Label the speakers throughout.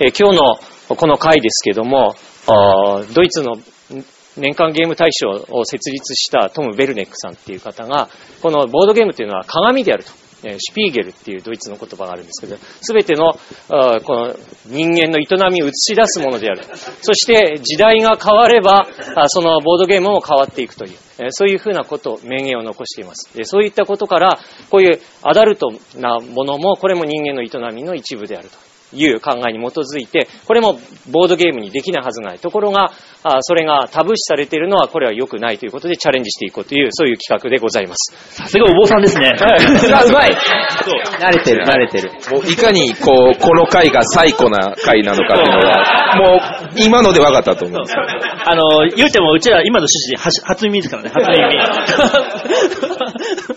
Speaker 1: えー今日のこの回ですけども、あードイツの年間ゲーム大賞を設立したトム・ベルネックさんっていう方が、このボードゲームというのは鏡であると。えーシュピーゲルっていうドイツの言葉があるんですけど、すべての、あーこの人間の営みを映し出すものである。そして時代が変われば、あーそのボードゲームも変わっていくという、えーそういうふうなこと、名言を残しています。でそういったことから、こういうアダルトなものも、これも人間の営みの一部であると。いう考えに基づいて、これもボードゲームにできないはずない。ところが、あそれがタブー視されているのは、これは良くないということでチャレンジしていこうという、そういう企画でございます。
Speaker 2: さすがお坊さんで すね。
Speaker 3: あ、うまい
Speaker 2: 慣れてる、慣れてる。
Speaker 3: もういかに、こう、この回が最古な回なのかっていうのは、もう、今ので分かったと思うんですよ。
Speaker 2: あの、言うてもうちら今の趣旨はし、初耳ですからね、初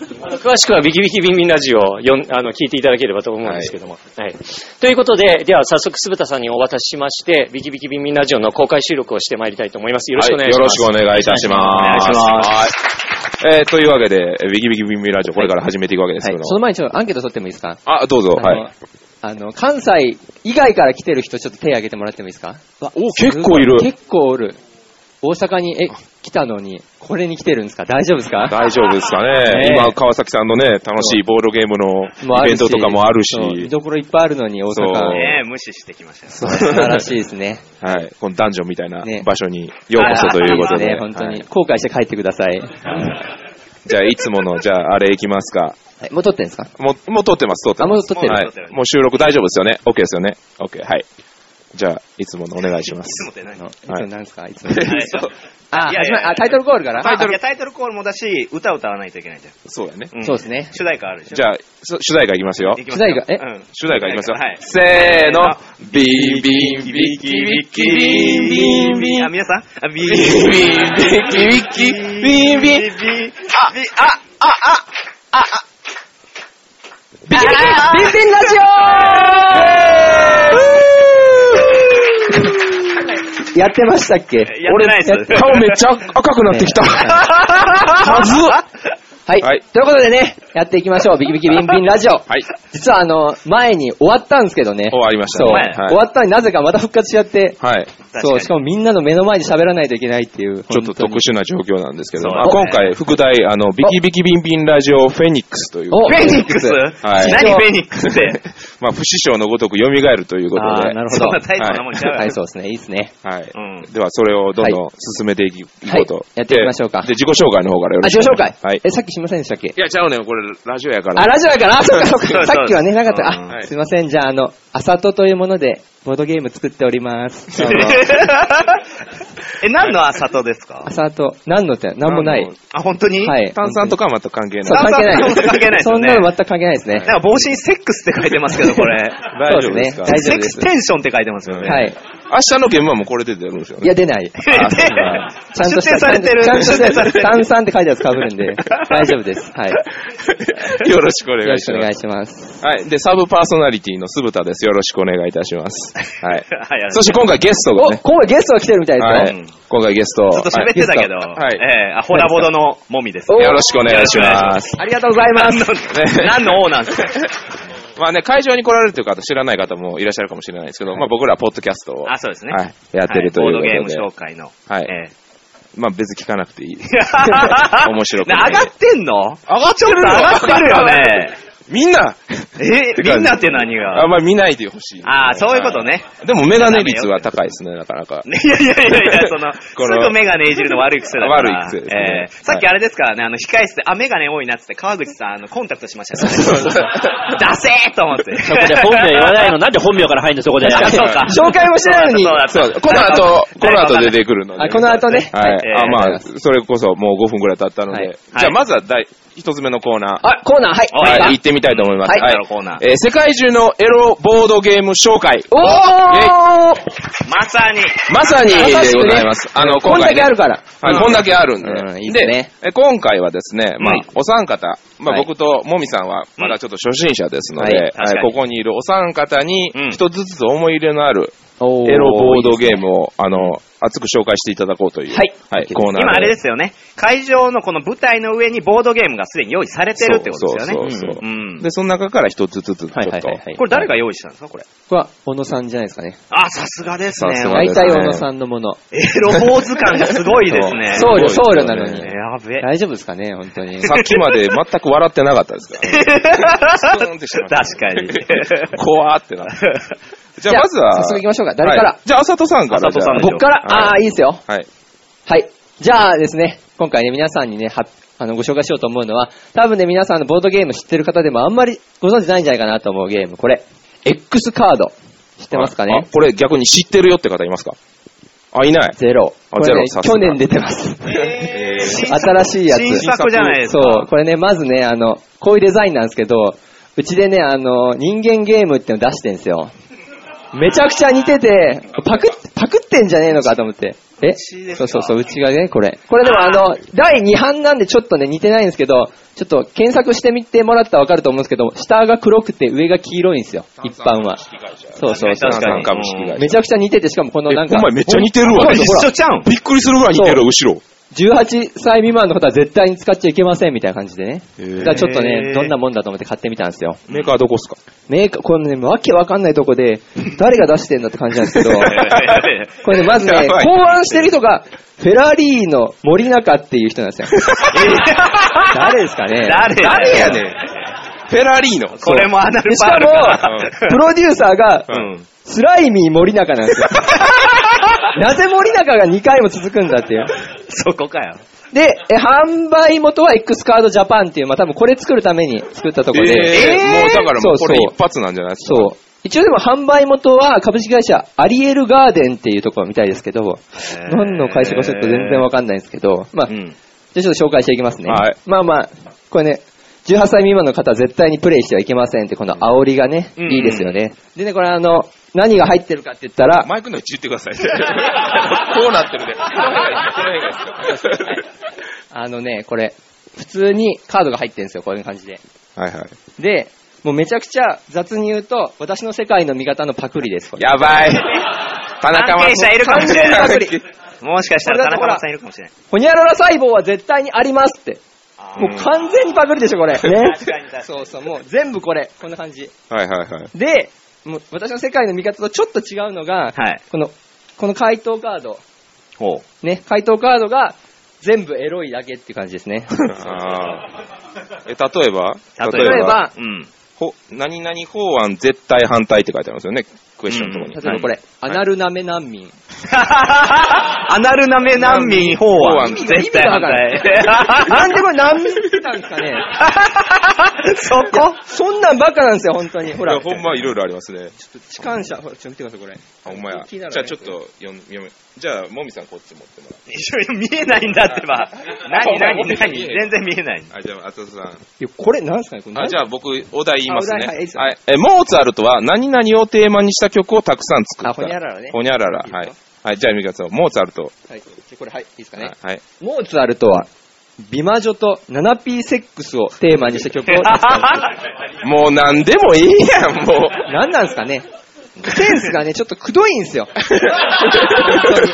Speaker 2: 耳。
Speaker 1: 詳しくはビキビキビンビンラジオをよんあの聞いていただければと思うんですけども。はいということで、では早速、鈴田さんにお渡ししまして、ビキビキビンビンラジオの公開収録をしてまいりたいと思います。よろしくお願いします。
Speaker 3: はいよろしくお願いいたします。
Speaker 2: お願いし
Speaker 3: ます。はい。えー、というわけで、ビキビキビンビンラジオ、これから始めていくわけです
Speaker 4: は
Speaker 3: け
Speaker 4: い
Speaker 3: ど。。
Speaker 4: その前にちょっとアンケート取ってもいいですか
Speaker 3: あ、どうぞ、はい。
Speaker 4: あの、あの関西以外から来てる人ちょっと手挙げてもらってもいいですか
Speaker 3: お結構いる
Speaker 4: 結構おる。大阪に、え、来たのに、これに来てるんですか大丈夫ですか
Speaker 3: 大丈夫ですか
Speaker 4: ね
Speaker 3: ね。
Speaker 4: え
Speaker 3: 今、川崎さんのね、楽しいボードゲームの
Speaker 4: もうあ
Speaker 3: イベ
Speaker 4: る
Speaker 3: ン
Speaker 4: し
Speaker 3: トとかもあるし、
Speaker 4: そう見どころいっぱいあるのに、大
Speaker 3: そう
Speaker 4: 阪。
Speaker 5: ねえ、無視してきましたね。
Speaker 4: 素晴らしいですね。
Speaker 3: はい。このダンジョンみたいな
Speaker 4: ね
Speaker 3: 場所にようこそということで。
Speaker 4: ね、本当に。
Speaker 3: はい
Speaker 4: 後悔して帰ってください。
Speaker 3: じゃあ、いつもの、じゃあ、あれいきますか。
Speaker 4: はいもう撮ってんですか
Speaker 3: もう、もう撮ってます、撮って
Speaker 4: あ、
Speaker 3: ます。
Speaker 4: もう撮ってる。
Speaker 3: は。
Speaker 4: はい
Speaker 3: もう収録大丈夫ですよね。OK ですよね。OK。はい。じゃあ、いつものお願いしま
Speaker 5: いつ
Speaker 3: す。
Speaker 5: もって何
Speaker 4: い、いつ
Speaker 3: はい
Speaker 4: もなんですかいつも。
Speaker 5: はい
Speaker 4: あ、
Speaker 5: いやいや
Speaker 4: 始まあタイトルコールかな
Speaker 5: タイトルいやタイトルコールもだし、歌歌わないといけないじゃ
Speaker 3: そうやね。
Speaker 5: ん。ん
Speaker 4: そうですね。
Speaker 5: 主題歌あるでしょ
Speaker 3: じゃあ、そ主題歌いきますよ。
Speaker 5: いきますか
Speaker 4: 主題歌え
Speaker 5: うん
Speaker 3: 主題歌いきますよ。
Speaker 5: はい。
Speaker 3: せーの。ビービンビキビキビンビンビン
Speaker 5: あ、。皆さんあ、ビー
Speaker 3: ビンビンビキビキビンビン
Speaker 5: ビビあ、あ、あ、あ、あ、
Speaker 4: ビビビビンラジオやってましたっけ
Speaker 5: やってないです
Speaker 4: 俺やっ
Speaker 3: 顔めっちゃ赤くなってきた。はず
Speaker 4: はい、
Speaker 3: はい
Speaker 4: ということでね、やっていきましょう。ビキビキビンビンラジオ。
Speaker 3: はい。
Speaker 4: 実はあの、前に終わったんですけどね。
Speaker 3: 終わりました
Speaker 4: そう、
Speaker 3: ね。はい
Speaker 4: 終わったのになぜかまた復活しちゃって。
Speaker 3: はい。
Speaker 5: かに
Speaker 4: そう、しかもみんなの目の前で喋らないといけないっていう。
Speaker 3: ちょっと特
Speaker 4: 本
Speaker 3: 殊な状況なんですけど、
Speaker 5: そう
Speaker 3: まあ、
Speaker 5: ね
Speaker 3: 今回、副題、あの、ビキビキビンビンラジオフェニックスという、
Speaker 4: お
Speaker 5: フェニックス
Speaker 3: はい
Speaker 5: 何フェニックス って。
Speaker 3: まあ、不死鳥のごとく蘇るということ
Speaker 4: あ
Speaker 3: で
Speaker 4: ー、なるほ
Speaker 5: そ
Speaker 4: ど
Speaker 5: んなタイトルなもんち
Speaker 4: 当
Speaker 5: ゃう
Speaker 4: に
Speaker 5: よ
Speaker 4: はい、そうですね。いいですね。
Speaker 3: はい。
Speaker 5: うん
Speaker 3: では、それをどんどん進めていこうと。
Speaker 4: はいやっていきましょうか
Speaker 3: で、で自己紹介の方からよ
Speaker 4: あ、
Speaker 3: ろし
Speaker 4: 自
Speaker 3: く
Speaker 4: 己紹介。
Speaker 3: はい。
Speaker 4: え、さっきしませんでしたっけ
Speaker 3: いや、ちゃうねんこれ、ラジオやから。
Speaker 4: あ、ラジオやから、あそうか、そう
Speaker 5: そうそう
Speaker 4: か。さっきはね、なかった。
Speaker 5: うん
Speaker 3: は
Speaker 4: あ、
Speaker 3: い
Speaker 4: すいません。じゃあ、あの、あさとというもので、ボードゲーム作っております。あ の
Speaker 5: え、何のあさとですか
Speaker 4: あさと、何のって、何もない。
Speaker 5: あ、本当に。
Speaker 4: はいい。
Speaker 3: 炭酸とかはまた関係
Speaker 4: そう、
Speaker 3: ない。
Speaker 4: 関係ない。
Speaker 5: 炭酸関係ないですよ
Speaker 4: そん
Speaker 5: ね
Speaker 4: なの全く関係ないですね。
Speaker 5: なんか帽子にセックスって書いてますけど、こ れ。
Speaker 3: 大丈夫ですか
Speaker 4: そうです
Speaker 5: セッ
Speaker 4: ね大丈夫
Speaker 5: ク
Speaker 4: で
Speaker 5: ス
Speaker 4: す
Speaker 5: テンションって書いてますよね。
Speaker 4: は。い。
Speaker 3: 明日の現場もこれで出るんですよ
Speaker 4: い
Speaker 3: ね。
Speaker 4: や、出ない。ち
Speaker 5: で
Speaker 4: ゃんと
Speaker 5: 出
Speaker 4: した
Speaker 5: 展されてる。
Speaker 4: ちゃんと
Speaker 5: 出展され
Speaker 4: して
Speaker 5: る。。
Speaker 4: た、炭酸って書いたやつ被るんで、大丈夫です。はい。
Speaker 3: よろしくお
Speaker 4: よ
Speaker 3: 願
Speaker 4: ろ
Speaker 3: い
Speaker 4: し
Speaker 3: し
Speaker 4: くお願
Speaker 3: ま
Speaker 4: い
Speaker 3: す。
Speaker 4: します。
Speaker 3: はい。で、サブパーソナリティの酢豚です。よろしくお願いいたし ます。はい
Speaker 5: はい
Speaker 3: そして今回ゲスト
Speaker 4: お、
Speaker 3: がね。
Speaker 4: 今回ゲストが来てるみたい
Speaker 3: は
Speaker 4: ですよ。
Speaker 3: い。今回ゲスト。
Speaker 5: ちょっと喋ってたけど、
Speaker 3: はい
Speaker 5: ええアホラボドのもみです。
Speaker 3: はいよろしくお願いし
Speaker 5: よろ
Speaker 3: ま
Speaker 5: し
Speaker 3: す。
Speaker 4: ありがとうございます。
Speaker 5: くお願いします。何の王なんです か
Speaker 3: まあね、会場に来られるという方、知らない方もいらっしゃるかもしれないですけど、まあ僕らはポッドキャストを、
Speaker 5: あ、そうですね。
Speaker 3: はい、やってるということで、
Speaker 5: はいボードゲーム紹介の。
Speaker 3: はい
Speaker 5: ええ
Speaker 3: まあ別に聞かなくていい。
Speaker 5: 面
Speaker 3: 白く
Speaker 5: ね。
Speaker 3: ない
Speaker 5: 上がってんの
Speaker 3: 上がって
Speaker 5: ちょっと上がってるよね。
Speaker 3: みんな、
Speaker 5: え、みんなって何
Speaker 3: あ
Speaker 5: が
Speaker 3: んまり見ないでほしい。
Speaker 5: あーそういうことね
Speaker 3: はい。でもメガネ率は高いですね、なかな か。
Speaker 5: いやいやいやい や、その、
Speaker 3: この
Speaker 5: すぐメガネいじるの悪い癖だから。
Speaker 3: 悪い癖ですね
Speaker 5: ええさっきあれですからね、あの、控え室で、あ、メガネ多いなっつって、川口さん、あの、コンタクトしましたからね。ダセーと思って。
Speaker 2: そこで本名言わないの、なんで本名から入るの、そこで。
Speaker 5: あ そうか。
Speaker 4: 紹介もしてないのに
Speaker 5: そうだ
Speaker 3: そう、この後、この後出てくるので。
Speaker 4: あこの後ね
Speaker 3: はい。
Speaker 5: はい
Speaker 3: あ、ま
Speaker 4: え
Speaker 3: あ、
Speaker 4: ー
Speaker 3: それこそもう5分くらい経ったの
Speaker 4: はい
Speaker 3: で。じゃあまずは第一つ目のコーナー。
Speaker 4: あ、コーナー、はい。
Speaker 3: はい、行ってみたいと思います。
Speaker 4: はい
Speaker 5: このコーナー
Speaker 3: えー世界中のエロボードゲーム紹介。
Speaker 4: おー
Speaker 5: まさに。
Speaker 3: まさにでございます。あの、
Speaker 4: こん
Speaker 3: 今回
Speaker 4: だけ
Speaker 3: ね、
Speaker 4: あるから。
Speaker 3: はい、こんだけあるんで。
Speaker 4: うんいいですね
Speaker 3: でえ今回はですね、まあ
Speaker 5: うん、
Speaker 3: お三方、まあ
Speaker 4: はい
Speaker 3: 僕ともみさんは、まだちょっと初心者ですの
Speaker 4: うんは
Speaker 3: で
Speaker 4: い、
Speaker 3: はい
Speaker 5: 確かに
Speaker 3: ここにいるお三方に
Speaker 5: うん、
Speaker 3: 一つずつ思い入れのある
Speaker 4: おー
Speaker 3: エロボードゲームを、あの、熱く紹介していただこうという、
Speaker 5: はい
Speaker 3: コーナー
Speaker 5: 今あれですよね。会場のこの舞台の上にボードゲームがすでに用意されてるってことですよね。
Speaker 3: そうそうそう
Speaker 5: う。ん。
Speaker 3: で、その中から一つずつ、ちょっ
Speaker 4: はいはい
Speaker 3: と
Speaker 4: はい、はい。
Speaker 5: これ誰が用意したんですかこれ。
Speaker 4: これは、小野さんじゃないですかね。
Speaker 5: あ、さすがですね。
Speaker 3: さすが
Speaker 4: 大
Speaker 3: ですね
Speaker 4: 体小野さんのもの。
Speaker 5: エロ坊主感がすごいですね。
Speaker 4: 僧侶、僧侶なの
Speaker 5: え
Speaker 4: に。
Speaker 5: やべえ。
Speaker 4: 大丈夫ですかね、本当 に。
Speaker 3: さっきまで全く笑ってなかったです から。ーンってしてまし
Speaker 5: 確
Speaker 3: た
Speaker 5: かに。
Speaker 3: 怖ーってなって。じゃあ、まずは。
Speaker 4: 早速行きましょうか。誰から、
Speaker 3: はいじゃあ、あさとさんから。
Speaker 5: あさとさんでしょ
Speaker 4: 僕から、ああー、いいですよ。
Speaker 3: じゃあはい。
Speaker 4: はい。じゃあですね、今回ね、皆さんにね、はあの、ご紹介しようと思うのは、多分ね、皆さんのボードゲーム知ってる方でもあんまりご存知ないんじゃないかなと思うゲーム、これ。X カード。知ってますか
Speaker 3: あ
Speaker 4: ね
Speaker 3: これ逆に知ってるよって方いますかあ、いない。
Speaker 4: ゼロ。
Speaker 3: あ
Speaker 4: こ
Speaker 3: ゼ
Speaker 4: れ
Speaker 3: ロ
Speaker 4: ね、
Speaker 3: さすが
Speaker 4: 去年出てます。
Speaker 5: えー
Speaker 4: 新しいや つ
Speaker 5: 新作じゃないですか。
Speaker 4: そう、これね、まずね、あの、こういうデザインなんですけど、うちでね、あの、人間ゲームっての出してんですよ。めちゃくちゃ似てて、パクっ、パクってんじゃねえのかと思って。え
Speaker 5: ちですか
Speaker 4: そうそうそう、うちがね、これ。これでもあの、第2版なんでちょっとね、似てないんですけど、ちょっと検索してみてもらったらわかると思うんですけど、下が黒くて上が黄色いんですよ、一般は。そうそうそう。
Speaker 5: 確かに
Speaker 3: 三株式会社
Speaker 4: めちゃくちゃ似てて、しかもこの
Speaker 3: え
Speaker 4: なんか、
Speaker 3: ほんまにめっちゃ似てる
Speaker 4: ほ
Speaker 3: わ。
Speaker 4: らほら
Speaker 5: 一緒ち ゃうん
Speaker 3: びっくりするぐらい似てるわ、後ろ。
Speaker 4: 18歳未満の方は絶対に使っちゃいけませんみたいな感じでね。
Speaker 3: へ
Speaker 4: だ
Speaker 3: ー
Speaker 4: からちょっとね、どんなもんだと思って買ってみたんですよ。
Speaker 3: メーカーはどこっすか
Speaker 4: メーカー、このね、わけわかんないとこで、誰が出してんだって感じなんで すけど、 これね、まずね、
Speaker 3: やばい
Speaker 4: 考案してる人が、フェラーリーの森中っていう人なんですよ。誰ですかね
Speaker 5: 誰
Speaker 3: 誰やねん。フェラーリーの。
Speaker 5: これもアナル
Speaker 4: でし
Speaker 5: パー
Speaker 4: か
Speaker 5: ルかな。
Speaker 4: も、プロデューサーが、
Speaker 5: うん。
Speaker 4: スライミー森中なんで すよ。なぜ森中が2回も続くんだっていう。
Speaker 5: そこかよ。
Speaker 4: で、え販売元は X カードジャパンっていう、まあ多分これ作るために作ったとこ
Speaker 3: えー
Speaker 4: で、
Speaker 3: もうだからもう
Speaker 4: そ
Speaker 3: こ
Speaker 4: うそう
Speaker 3: れ一発なんじゃないですか。
Speaker 4: そう。一応でも販売元は株式会社アリエルガーデンっていうところみたいですけど、何の会社かちょっと全然わかんないんですけど、まあ、
Speaker 5: う
Speaker 4: じゃ
Speaker 5: ん。
Speaker 4: あちょっと紹介していきますね。
Speaker 3: はい
Speaker 4: まあまあ、これね、18歳未満の方は絶対にプレイしてはいけませんって、この煽りがね、
Speaker 5: うん
Speaker 4: いいですよね。でね、これあの、何が入ってるかって言ったら、
Speaker 3: マイクの位置言ってください。こうなってるで。この辺がいいですかこの辺がいいですか
Speaker 4: あのね、これ、普通にカードが入ってるんですよ、こういう感じで。
Speaker 3: はいはい。
Speaker 4: で、もうめちゃくちゃ雑に言うと、私の世界の味方のパクリです、これ。
Speaker 3: やばい。田中
Speaker 5: 関係者いるかもしれ
Speaker 4: 完
Speaker 5: な
Speaker 4: 全
Speaker 5: い
Speaker 4: に。
Speaker 5: もしかしたら田中さんいるかもしれない。
Speaker 4: ほにゃらら細胞は絶対にありますって。もう完全にパクリでし ょ、これ。ね
Speaker 5: 確かに確かに
Speaker 4: そうそう、もう全部これ。こんな感じ。
Speaker 3: はいはいはい。
Speaker 4: で、もう私の世界の見方とちょっと違うのが、
Speaker 5: はい。
Speaker 4: この、この回答カード。
Speaker 5: ほ
Speaker 4: ね、回答カードが全部エロいだけっていう感じで すね。
Speaker 3: あーえ、例えば
Speaker 5: う。例
Speaker 4: 例
Speaker 5: え
Speaker 4: え
Speaker 5: ば。
Speaker 4: ば、
Speaker 5: うん。
Speaker 3: ほ、何々法案絶対反対って書いてありますよね。クエスチョンのところに。
Speaker 4: 例えばこれ、アナルナメ難民。
Speaker 5: アナルナメ難民法案。
Speaker 3: 意味
Speaker 5: 絶対反対。
Speaker 4: なんでこれ難民ってたんですかね
Speaker 5: そこ
Speaker 4: そんなんばっかなんですよ、本当に。ほ
Speaker 3: ほら、
Speaker 4: ら、
Speaker 3: ほんまいろいろありますね。
Speaker 4: 痴漢者。ほら、ちょっと見てください、これ。
Speaker 3: あ、ほんまや。
Speaker 4: 気
Speaker 3: じ
Speaker 4: に
Speaker 3: ゃ
Speaker 4: な
Speaker 3: あ
Speaker 4: る
Speaker 3: ちょっと読み、読み、じゃあ、もみさんこっち持ってもら
Speaker 5: 一緒に見えないんだってば。何、何、何全然見えない。
Speaker 3: う。あ、じゃあ、あつさん。
Speaker 4: いやこれなんですかねこれ
Speaker 3: あ、じゃあ僕、お題言います
Speaker 4: あお
Speaker 3: ね。
Speaker 4: 題はいいいですよ
Speaker 3: はい。え、モーツァルトは何々をテーマにした曲をたくさん作った。
Speaker 4: あほにゃららね
Speaker 3: ほにゃらら。はい。はい、じゃあ、みかさん、モーツァルト。
Speaker 4: はい、じゃあこれ、はい、いいですかね。
Speaker 3: はい。
Speaker 4: モーツァルトは、美魔女と 7P セックスをテーマにした曲を 作ったんで
Speaker 3: もう何でもいいやん、もう。
Speaker 4: す。何なんですかねセンスがね、ちょっとくどいんですよ。本当に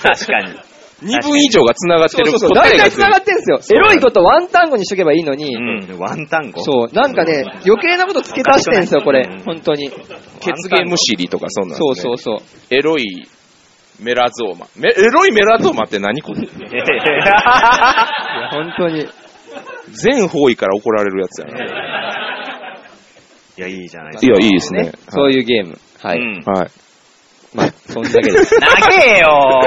Speaker 5: 確かに。
Speaker 3: 二分以上が繋がって
Speaker 4: そう
Speaker 3: る。
Speaker 4: そうそう。
Speaker 3: 答
Speaker 4: 大
Speaker 3: えが
Speaker 4: 体繋がってんですよ。エロいことワンタンゴにしとけばいいのに、
Speaker 5: うん。ワンタンゴ。
Speaker 4: そう、なんかね、余計なこと付け足してんですよ、これ。本当に。
Speaker 3: 血芸むしりとかそんなん、ね。
Speaker 4: そうそうそう。
Speaker 3: エロいメラゾーマ。めエロいメラゾーマって何これ
Speaker 4: いや本当に。
Speaker 3: 全方位から怒られるやつやな。い
Speaker 5: いや、いいじゃないですか。
Speaker 3: や、いいですね。
Speaker 4: そういうゲーム。は
Speaker 5: う
Speaker 4: い。
Speaker 5: ん。
Speaker 3: はい。
Speaker 4: まあ、そんだけ です。
Speaker 5: 長えよ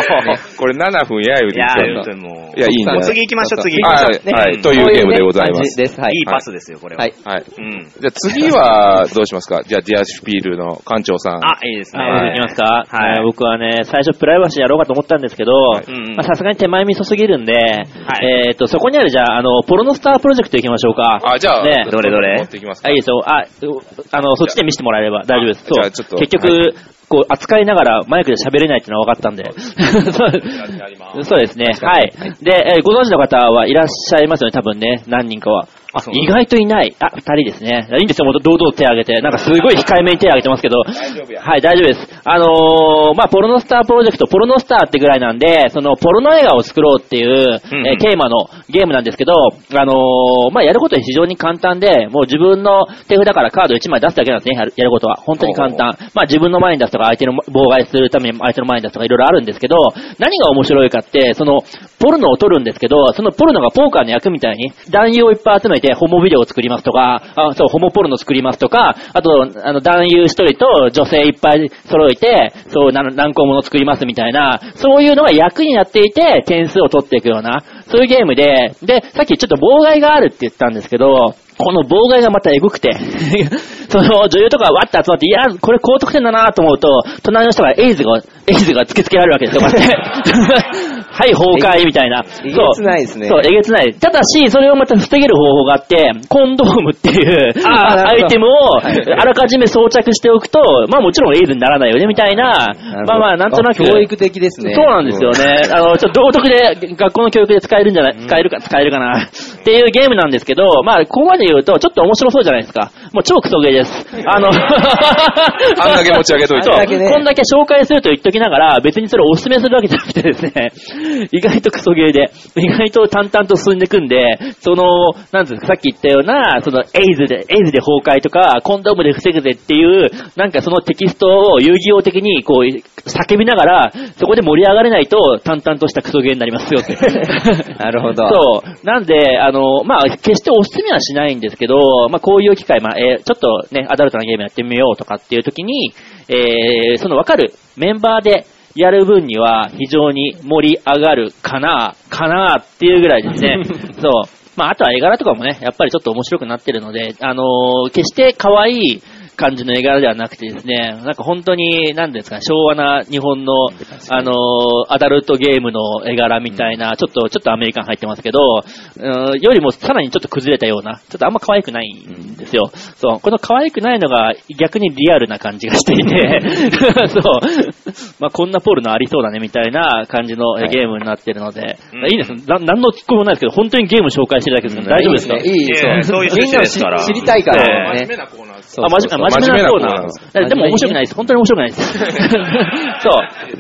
Speaker 3: これ7分や言う
Speaker 5: い
Speaker 3: て
Speaker 5: や、
Speaker 3: 言
Speaker 5: 言う
Speaker 3: って
Speaker 5: て
Speaker 3: んの
Speaker 5: も
Speaker 3: いや、いいんじ
Speaker 5: も
Speaker 3: ゃ
Speaker 5: う
Speaker 3: ない
Speaker 5: 次行きましょう、次行きましょう。
Speaker 3: はい、
Speaker 4: ね
Speaker 3: はい、というゲームでございま
Speaker 4: こううね感じ
Speaker 3: す。
Speaker 4: です。はい
Speaker 5: い
Speaker 4: い。
Speaker 5: パスですよ、これは。
Speaker 4: はい。
Speaker 3: はい。
Speaker 5: うん。
Speaker 3: じゃあ次は、どうしますかじゃあ、ディアシュピールの館長さん。
Speaker 5: あ、いいですね。
Speaker 2: はい、できますか、
Speaker 5: はい
Speaker 2: えー僕はね、最初プライバシーやろうかと思ったんですけど、
Speaker 3: はい
Speaker 5: うんうん
Speaker 2: まあさすがに手前味噌すぎるんで、
Speaker 5: い
Speaker 2: えーっと、そこにあるじゃあ、あの、ポロノスタープロジェクト行きましょうか。
Speaker 3: あ、じゃあ、
Speaker 2: ね
Speaker 5: どれどれ
Speaker 3: 持っていきますか
Speaker 2: あ、いいですよ。あ、うあの、そっちで見せてもらえれば大丈夫です。
Speaker 3: じ
Speaker 2: そ
Speaker 3: ゃあ
Speaker 2: う。
Speaker 3: ちょっと
Speaker 2: 結局、
Speaker 3: は
Speaker 2: こう、扱いながらマイクで喋れないっていうのは分かったんで。
Speaker 3: やりま
Speaker 2: そうそうですね。はい。で、えーご存知の方はいらっしゃいますよね、多分ね。何人かは。あ、意外といない。あ、二人ですね。いいんですよ、もう堂々と手を挙げて。なんかすごい控えめに手を挙げてますけど。
Speaker 3: 大丈夫や
Speaker 2: はい、大丈夫です。あのーまあ、ポルノスタープロジェクト、ポルノスターってぐらいなんで、その、ポルノ映画を作ろうっていう、
Speaker 5: うん
Speaker 2: えーテーマのゲームなんですけど、あのーまあ、やることは非常に簡単で、もう自分の手札からカード1枚出すだけなんですね、やるやることは。本当に簡単。まあ、自分の前に出すとか、相手の妨害するために相手の前に出すとか、いろいろあるんですけど、何が面白いかって、その、ポルノを撮るんですけど、そのポルノがポーカーの役みたいに、男優をいっぱい集めて、ホモビデオを作りますとか、あそう、ホモポルノ作りますとか、あと、あの、男優一人と女性いっぱい揃えて、そう、なん何個もの作りますみたいな、そういうのが役になっていて、点数を取っていくような、そういうゲームで、で、さっきちょっと妨害があるって言ったんですけど、この妨害がまたエグくて、 その女優とかわって集まって、いや、これ高得点だなと思うと、隣の人がエイズが、エイズが突きつけられるわけですよ、こうや って。はい、崩壊みたいな。
Speaker 4: えげ
Speaker 2: そう
Speaker 4: つないですね
Speaker 2: そう、えげつない。ただし、それをまた防げる方法があって、コンドームっていう
Speaker 4: あーな
Speaker 2: ア
Speaker 4: るほど
Speaker 2: イテムを
Speaker 4: は
Speaker 2: あ
Speaker 4: い
Speaker 2: らかじめ装着しておくと、まあもちろんエイズにならないよね、みたいな。
Speaker 4: るほど
Speaker 2: まあまあ、なんとなく。
Speaker 4: あ教育的ですね。
Speaker 2: そうなんですよね。あの、ちょっと道徳で、学校の教育で使えるんじゃない、使えるか、使えるかな。っていうゲームなんですけど、まあ、ここまで言うと、ちょっと面白そうじゃないですか。もう超クソゲーです。あの、あ
Speaker 3: あんだけ持ち上げといて
Speaker 2: そう
Speaker 4: あんだけね
Speaker 2: こんだけ紹介すると言っときながら、別にそれをお勧めするわけじゃなくてですね、 意外とクソゲーで、意外と淡々と進んでいくんで、その、なんていうんですか、さっき言ったような、その、エイズで、エイズで崩壊とか、コンドームで防ぐぜっていう、なんかそのテキストを遊戯王的に、こう、叫びながら、そこで盛り上がれないと、淡々としたクソゲーになりますよって。
Speaker 4: なるほど。
Speaker 2: そう。なんで、あの、まあ、決しておすすめはしないんですけど、まあ、こういう機会、まあ、えーちょっとね、アダルトなゲームやってみようとかっていう時に、えーそのわかるメンバーでやる分には非常に盛り上がるかな、かなっていうぐらいですね。そう。まあ、あとは絵柄とかもね、やっぱりちょっと面白くなってるので、あのー決して可愛い感じの絵柄ではなくてですね、なんか本当に、なんですか、昭和な日本の、あのーアダルトゲームの絵柄みたいな、ちょっと、ちょっとアメリカン入ってますけど、うんよりもさらにちょっと崩れたような、ちょっとあんま可愛くないんですよ。そう、この可愛くないのが逆にリアルな感じがしてい て、そう、まあこんなポールのありそうだねみたいな感じのえゲームになってるので、
Speaker 5: うん
Speaker 2: い、いです。ななんのツッコミもないですけど、本当にゲーム紹介してるだけですから、大丈夫ですか
Speaker 4: いいねいい
Speaker 5: いやいやそういう趣
Speaker 4: み
Speaker 5: 旨
Speaker 4: んなを
Speaker 5: で
Speaker 4: 知
Speaker 5: すから
Speaker 4: 知りたいからね。
Speaker 3: なコーナーです
Speaker 2: あ、真面目真面目なコーナー。
Speaker 4: 真面目なコーナー
Speaker 2: でも面白くないです。本当に面白くないです。 そ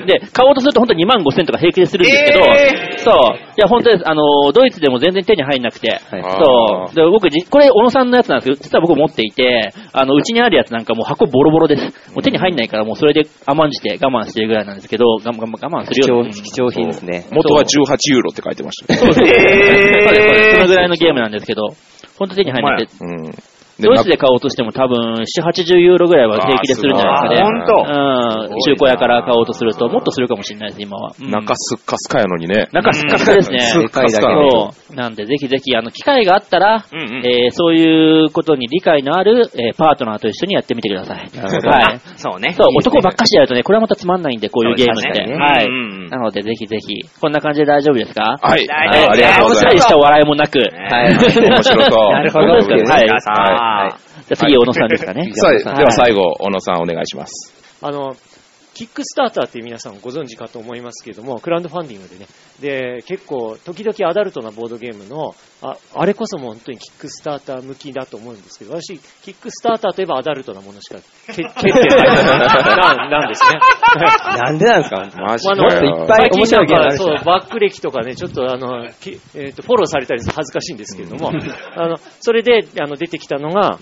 Speaker 2: う。で、買おうとすると本当に2万5千とか平気でするんですけど、
Speaker 5: え
Speaker 2: そう。いや、本当です。あの、ドイツでも全然手に入んなくて。
Speaker 4: はい
Speaker 2: そう。で、僕じ、これ、小野さんのやつなんですけど、実は僕持っていて、あの、うちにあるやつなんかもう箱ボロボロです。もう手に入んないから、もうそれで甘んじて我慢してるぐらいなんですけど、我慢、我慢我慢す
Speaker 4: 貴
Speaker 2: るよう
Speaker 4: 重
Speaker 2: に。
Speaker 4: 貴重品ですね。
Speaker 3: 元は18ユーロって書いてまし た。
Speaker 2: そうそうそう
Speaker 5: へー
Speaker 2: そうですそのぐらいのゲームなんですけど、本当手に入んなくて、
Speaker 3: うん。で
Speaker 2: ドイツで買おうとしても多分、7、80ユーロぐらいは平気でするんじゃないですかね。
Speaker 5: あーすごい
Speaker 2: うん、中古屋から買おうとすると、もっとするかもしれないです、今は。うん
Speaker 3: 中すっかすかやのにね。
Speaker 2: 中すっかすかですね。
Speaker 3: すっかすかなのに。
Speaker 2: そう。なんで、ぜひぜひ、あの、機会があったら、
Speaker 5: うんうん
Speaker 2: えーそういうことに理解のある、えーパートナーと一緒にやってみてください。 はい。
Speaker 5: ーそうね。
Speaker 2: そう、男ばっかしでやるとね、これはまたつまんないんで、こういうゲームって。
Speaker 5: そうですね
Speaker 2: はい
Speaker 5: うんうんうん。
Speaker 2: なので、ぜひぜひ、こんな感じで大丈夫ですか
Speaker 3: はい。
Speaker 5: 大
Speaker 2: は
Speaker 5: 丈夫
Speaker 2: い
Speaker 3: ありがとうござい
Speaker 2: 面白
Speaker 3: ま
Speaker 2: いし
Speaker 3: す。
Speaker 2: た笑いもなく。
Speaker 4: はい。
Speaker 3: 面白そう。
Speaker 2: なるほど
Speaker 3: 面白い
Speaker 2: はい
Speaker 5: 皆さん
Speaker 3: は
Speaker 2: じゃあ次、小野さんですかね。
Speaker 3: さあでは最後、小野さんお願いします。
Speaker 1: あの、キックスターターって皆さんご存知かと思いますけれども、クラウドファンディングでね、で、結構、時々アダルトなボードゲームの、ああれこそもう本当にキックスターター向きだと思うんですけど、私、キックスターターといえばアダルトなものしか 決定ないななんですね。
Speaker 4: なんでなんですか本当
Speaker 3: マジ
Speaker 1: まあ
Speaker 3: か
Speaker 1: あの
Speaker 4: もっといっぱい面白いゲームあるし
Speaker 1: そう、バック歴とかね、ちょっとあの、きえっ、と、フォローされたりすると恥ずかしいんですけれ ども、あの、それで、あの、出てきたのが、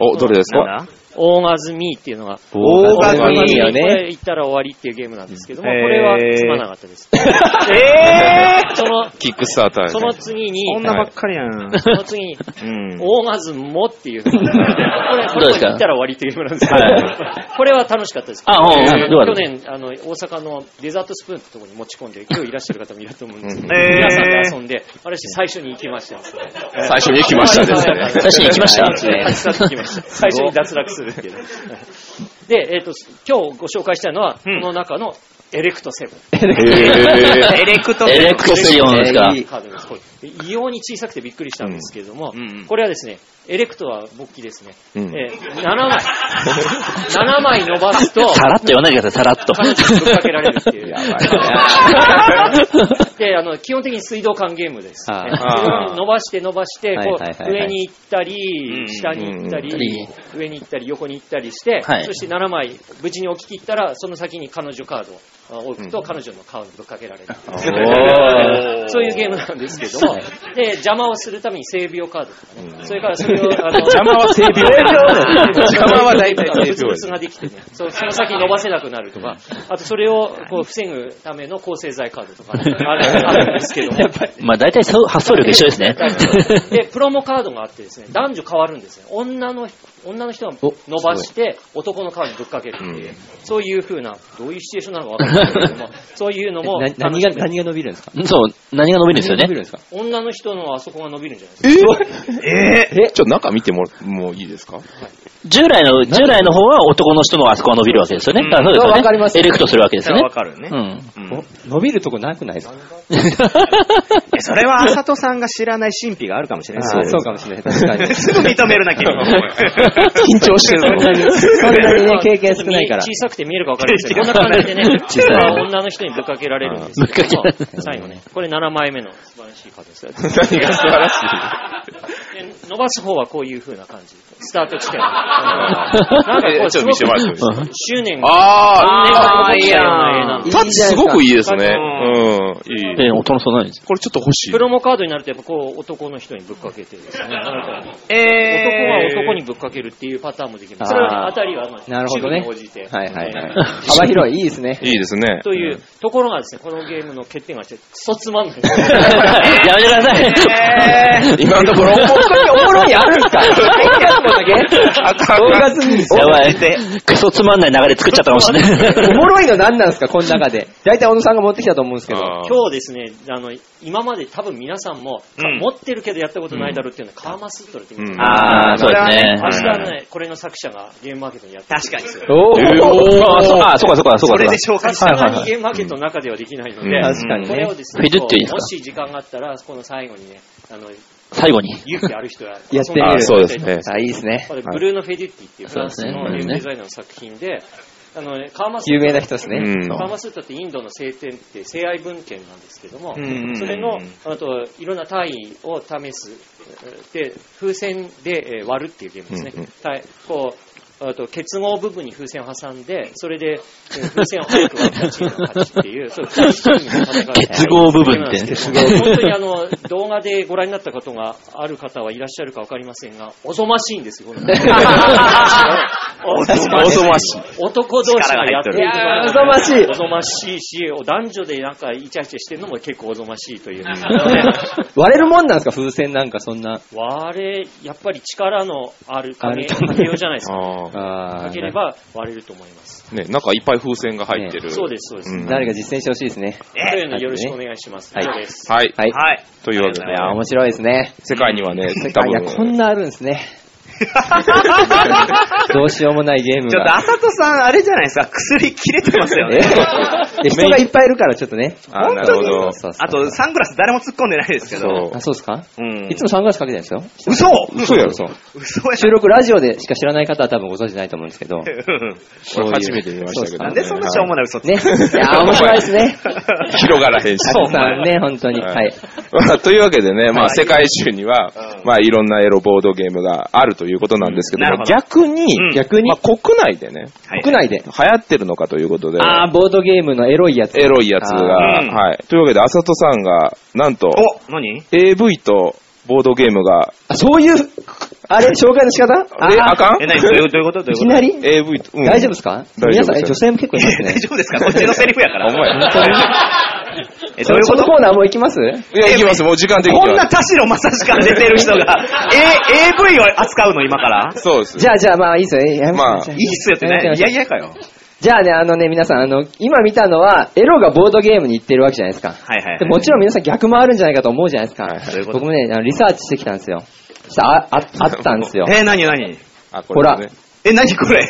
Speaker 3: お、どれです
Speaker 5: なん
Speaker 3: か
Speaker 5: だ
Speaker 1: オーガズミーっていうのが、
Speaker 4: オーガズミーよね
Speaker 1: これ行ったら終わりっていうゲームなんですけども、
Speaker 5: うん
Speaker 1: これはつまんなかった です。
Speaker 5: え
Speaker 1: その、
Speaker 3: キックスターターです
Speaker 1: そ
Speaker 3: ね
Speaker 1: の次に
Speaker 5: ー、女ばっかりやん。
Speaker 1: その次に、
Speaker 5: うん
Speaker 1: オーガズモっていうのがあって、これ、こ
Speaker 2: どう
Speaker 1: れ
Speaker 2: ですか
Speaker 1: 行ったら終わりっていうゲームなんですけど、これは楽しかったです。
Speaker 2: あうん
Speaker 1: えー
Speaker 2: どうだ
Speaker 1: 去
Speaker 2: った
Speaker 1: 年、あの、大阪のデザートスプーンってところに持ち込んで、今日いらっしゃる方もいると思うんですけど、
Speaker 5: うんえー
Speaker 1: 皆さんで遊んで、私最初に行きましたですね。
Speaker 3: 最初に来ましたですね。
Speaker 2: 最初に行きました
Speaker 1: 最初に行きました最初に脱落するっていうね。で、えっ、と、今日ご紹介したいのは、
Speaker 5: うん
Speaker 1: この中のエレクトセブン。
Speaker 3: へー
Speaker 5: エレクト
Speaker 2: エレクトセリオンですか
Speaker 1: いいカードです。これ異様に小さくてびっくりしたんですけれども、
Speaker 5: うんうんうん
Speaker 1: これはですね、エレクトは勃起ですね。
Speaker 3: うん
Speaker 1: えー7枚、7枚伸ばすと、
Speaker 2: さらっと言わないでください、さらっと。
Speaker 1: 彼女にぶっかけられるっていう。 で、あの、基本的に水道管ゲームです、ね。
Speaker 4: あー
Speaker 1: 水道管伸ばして伸ばして、
Speaker 4: はいは
Speaker 1: こ、
Speaker 4: いはいうはい
Speaker 1: 上に行った
Speaker 5: うん
Speaker 1: り、下に行ったり
Speaker 2: うん、
Speaker 1: 上に行ったり、横に行ったりして
Speaker 2: は、い
Speaker 1: そして7枚無事に置き切ったら、その先に彼女カードを置くと、彼女のカードぶっかけられる。 そういうゲームなんですけども、で、邪魔をするために性病カードとかね、それからそれを、あの、
Speaker 3: 邪魔は性病。邪魔は大体
Speaker 1: ブ
Speaker 3: 性
Speaker 1: ツブ
Speaker 3: 病
Speaker 1: ツができてね、そうその先伸ばせなくなるとか、あとそれをこう防ぐための抗生剤カードとかね、あるあるんですけども。
Speaker 2: まあ大体そう発想力一緒ですね。
Speaker 1: で、プロモカードがあってですね、男女変わるんですよ。女の、女の人が伸ばして、男のカードにぶっかけるっていう、
Speaker 3: うん
Speaker 1: そういう風な、どういうシチュエーションなのかわかんないですけども、そういうのも
Speaker 4: な
Speaker 1: 楽し
Speaker 4: 何
Speaker 1: め
Speaker 4: が、
Speaker 1: る、
Speaker 4: 何が伸びるんですか
Speaker 2: そう、何が伸びるんですよね
Speaker 4: 何が伸び。るんですか
Speaker 1: 女の人のあそこが伸びるんじゃないですか。
Speaker 5: え
Speaker 3: えちょっと中見てももういいですか
Speaker 2: 従来の、従来の方は男の人のあそこが伸びるわけですよね。
Speaker 5: うん
Speaker 2: あそうですよね。
Speaker 4: わかります
Speaker 2: エレクトするわけです
Speaker 5: そ
Speaker 2: よ
Speaker 5: れ
Speaker 2: ね
Speaker 5: はわ。かるね
Speaker 2: う。ん。
Speaker 5: うん
Speaker 4: お伸びるとこなくないですか
Speaker 5: えそれは、あさとさんが知らない神秘があるかもしれない。
Speaker 4: あーそうかもしれない。確かに。
Speaker 5: すぐ認めるな、君。
Speaker 3: 緊張してる
Speaker 4: そんなにね、経験少ないから。
Speaker 1: 小さくて見えるか分かりませんけど、こんな感じでね、
Speaker 2: 小さい
Speaker 1: まあ女の人にぶっかけられるんですけども
Speaker 2: ぶっかけられ、
Speaker 1: 最後ね、これ7枚目の素晴らしいカードですよ。
Speaker 3: 何が素晴らし
Speaker 1: で伸ばす方はこういう風な感じ。スタート地点。なんかこ
Speaker 3: え
Speaker 1: う、
Speaker 3: ち
Speaker 1: す
Speaker 3: ょっと
Speaker 1: ご
Speaker 3: 見
Speaker 1: く
Speaker 3: せてもらってもいいですか
Speaker 1: 執念が。
Speaker 3: あーあ
Speaker 5: あーいいやん
Speaker 3: タッチすごくいいですね。うん、いい。
Speaker 2: え、大人そうなんです。
Speaker 3: これちょっと欲しい
Speaker 1: プ。ロモカードになるとやっぱこう男の人にぶっかけてですね。なんか男は
Speaker 5: え
Speaker 1: 男にぶっかけるっていうパターンもできます。そ
Speaker 4: あー
Speaker 1: れはあたりはまあ
Speaker 4: なるほどね
Speaker 1: 趣味に応じて。
Speaker 4: はいはい はい。幅広い、いいです ね。
Speaker 3: いいですね。
Speaker 1: というところがですね、このゲームの欠点がして、クソつまんない。
Speaker 2: やめてください。
Speaker 5: えー
Speaker 3: 今の ところ、
Speaker 4: おもろいやるんす か
Speaker 3: あかん
Speaker 4: 正
Speaker 3: が
Speaker 4: 月に。
Speaker 2: やばい。クソつまんない流れ作っちゃったかもしれ
Speaker 4: お
Speaker 2: ない。
Speaker 4: もろいの何なんですかこの中で。大体小野さんが持ってきたと思うんですけど。
Speaker 3: あー
Speaker 1: 今日ですね、あの、今まで多分皆さんも、
Speaker 5: うん
Speaker 1: 持ってるけどやったことないだろうっていうのは、カーマスットルって言うんですよ
Speaker 2: あー、そうですね。
Speaker 1: 明
Speaker 5: は
Speaker 1: 日
Speaker 5: い
Speaker 1: ね、これの作者がゲームマーケットにやってる
Speaker 5: 確かにそう。
Speaker 4: お
Speaker 3: えー
Speaker 2: おー、あそう
Speaker 4: ー
Speaker 2: か、そうか、そうか、そう
Speaker 5: そ
Speaker 2: か。
Speaker 5: れで紹介し
Speaker 1: 確
Speaker 5: た。
Speaker 1: かにゲームマーケットの中ではできないので、
Speaker 3: うん
Speaker 4: 確かに
Speaker 1: これ
Speaker 4: ね
Speaker 1: を。ですね、
Speaker 2: フィルっていいですか
Speaker 1: もし時間があったら、この最後にね、あの、
Speaker 2: 最後に。
Speaker 1: 勇気ある人は、
Speaker 4: やって
Speaker 1: 遊ん
Speaker 4: みる
Speaker 1: いただ
Speaker 3: あ
Speaker 1: きたいと
Speaker 3: そうですね。
Speaker 4: あ、いいですね
Speaker 1: こ。れブルーノ・フェディッティっていうフランスの
Speaker 2: そ
Speaker 1: ゲ
Speaker 2: うで
Speaker 1: ー
Speaker 2: す
Speaker 1: ム
Speaker 2: ね
Speaker 1: デザイナーの作品で、あのね、カーマス
Speaker 4: 有名な人です
Speaker 3: う
Speaker 4: ね。
Speaker 3: ん
Speaker 1: カーマスータってインドの聖典って性愛文献なんですけども、
Speaker 5: うんうんうん
Speaker 1: それの、あと、いろんな単位を試す。で、風船でえー割るっていうゲームですね。
Speaker 3: うんうん
Speaker 1: 単位こう、あと、結合部分に風船を挟んで、それで、えー風船を早く割ったチームの勝ちっていう、そう、二人一組の戦い
Speaker 2: 結合部分って
Speaker 1: ゲームなんですけど本当にあの、動画でご覧になったことがある方はいらっしゃるかわかりませんが、おぞましいんですよ、この。おぞ
Speaker 3: おぞましい。
Speaker 1: 男同士がやってる
Speaker 4: 力が入ってる
Speaker 1: おぞましいし、男女でなんかイチャイチャしてるのも結構おぞましいと いう。
Speaker 4: 割れるもんなんですか風船なんかそんな。
Speaker 1: 割れ、やっぱり力のあるかけ
Speaker 4: ある
Speaker 1: かけようじゃないですか。
Speaker 3: あー
Speaker 4: あ
Speaker 1: か
Speaker 4: ー
Speaker 1: ければ割れると思います。
Speaker 3: ね、中いっぱい風船が入ってる。
Speaker 1: そうです、そうです。
Speaker 3: うん
Speaker 4: 誰か実践してほしいですね。
Speaker 1: と
Speaker 5: え
Speaker 1: いうのでよろしくお願いします。
Speaker 4: はい
Speaker 1: 以上です。
Speaker 3: はい。
Speaker 4: はい。い
Speaker 5: はい。
Speaker 3: というわけ
Speaker 5: ありがとうござ
Speaker 3: で
Speaker 5: い
Speaker 4: や、
Speaker 5: ま
Speaker 4: 面白いですね。
Speaker 3: 世界にはね、
Speaker 4: 世
Speaker 3: 多
Speaker 4: 界にはこん
Speaker 3: 分、
Speaker 4: なあるんです ね。 どうしようもないゲーム
Speaker 5: すちょっと、
Speaker 4: が。
Speaker 5: あさとさん、あれじゃない ですか。薬切れてますよ
Speaker 4: え
Speaker 5: ね。
Speaker 4: で人がいっぱいいるからちょっとね。
Speaker 3: あーなるほ
Speaker 4: そ
Speaker 3: ど
Speaker 4: う。そうそう
Speaker 5: あと、サングラス誰も突っ込んでないですけど。
Speaker 4: あ、そうですか
Speaker 5: うん
Speaker 4: いつもサングラスかけてるんですよ。
Speaker 5: 嘘
Speaker 3: 嘘やろ。
Speaker 4: そう
Speaker 5: 嘘や
Speaker 4: 収録ラジオでしか知らない方は多分ご存知ないと思うんですけど。
Speaker 5: うん
Speaker 3: これ初めて見ましたけどね。
Speaker 5: なんでそんなしょうもない嘘つく
Speaker 4: ね。いや、面白いですね。
Speaker 3: はい広がらへんし。
Speaker 4: たくさんね、本当に。
Speaker 3: はい
Speaker 4: はい。
Speaker 3: まあというわけでね、
Speaker 5: は
Speaker 3: まあ、
Speaker 5: い
Speaker 3: 世界中には、
Speaker 5: うん
Speaker 3: まあ、いろんなエロボードゲームがあるということなんですけど
Speaker 5: なる
Speaker 3: も、
Speaker 5: ほど
Speaker 3: 逆に
Speaker 5: う、ん
Speaker 4: 逆に
Speaker 3: まあ、国内でね、
Speaker 5: はい
Speaker 4: 国内で。
Speaker 3: 流行ってるのかということで、
Speaker 4: あー、ボードゲームのエロいやつ。
Speaker 3: エロいやつが、
Speaker 5: あーうん
Speaker 3: はい。というわけで、あさとさんが、なんと、
Speaker 5: お何
Speaker 3: AV とボードゲームが、
Speaker 4: あそういう、あれ、紹介の仕方あ
Speaker 3: え、
Speaker 4: ー
Speaker 3: あかん
Speaker 5: え、何どういうどういうことどうい
Speaker 4: い
Speaker 5: う
Speaker 4: き
Speaker 5: こと
Speaker 4: なり
Speaker 3: ?AV と、うん
Speaker 4: 大丈夫ですか
Speaker 3: 大丈夫です
Speaker 4: 皆さん、え女性も結構いますね
Speaker 5: 大。丈夫ですかこっちのセリフやから。
Speaker 3: お前
Speaker 5: え、どういうこ
Speaker 4: その
Speaker 5: と
Speaker 4: コーナーもう行きます
Speaker 3: いや、いきます。もう時間的に
Speaker 5: こんな
Speaker 3: は。
Speaker 5: 田代正史から出てる人が、え、AV を扱うの今からい
Speaker 3: そうです。
Speaker 4: じゃあ、じゃあ、まあ、いいっすよね。やめましょう
Speaker 3: まあ
Speaker 4: じゃ
Speaker 5: いっすよってね。いやいやかよ。
Speaker 4: じゃあね、あのね、皆さん、あの、今見たのは、エロがボードゲームに行ってるわけじゃないですか。
Speaker 5: はい はいはい
Speaker 4: でもちろん皆さん逆もあるんじゃないかと思うじゃないですか。
Speaker 3: はいはい
Speaker 5: どういうこと
Speaker 4: 僕もね、あのリサーチしてきたんですよ。そしたら、あ、 ああったんですよ。
Speaker 5: え、何何
Speaker 3: あ、こ
Speaker 4: ほ
Speaker 3: れ
Speaker 4: ら
Speaker 3: ね。
Speaker 5: え、何これ
Speaker 3: はい。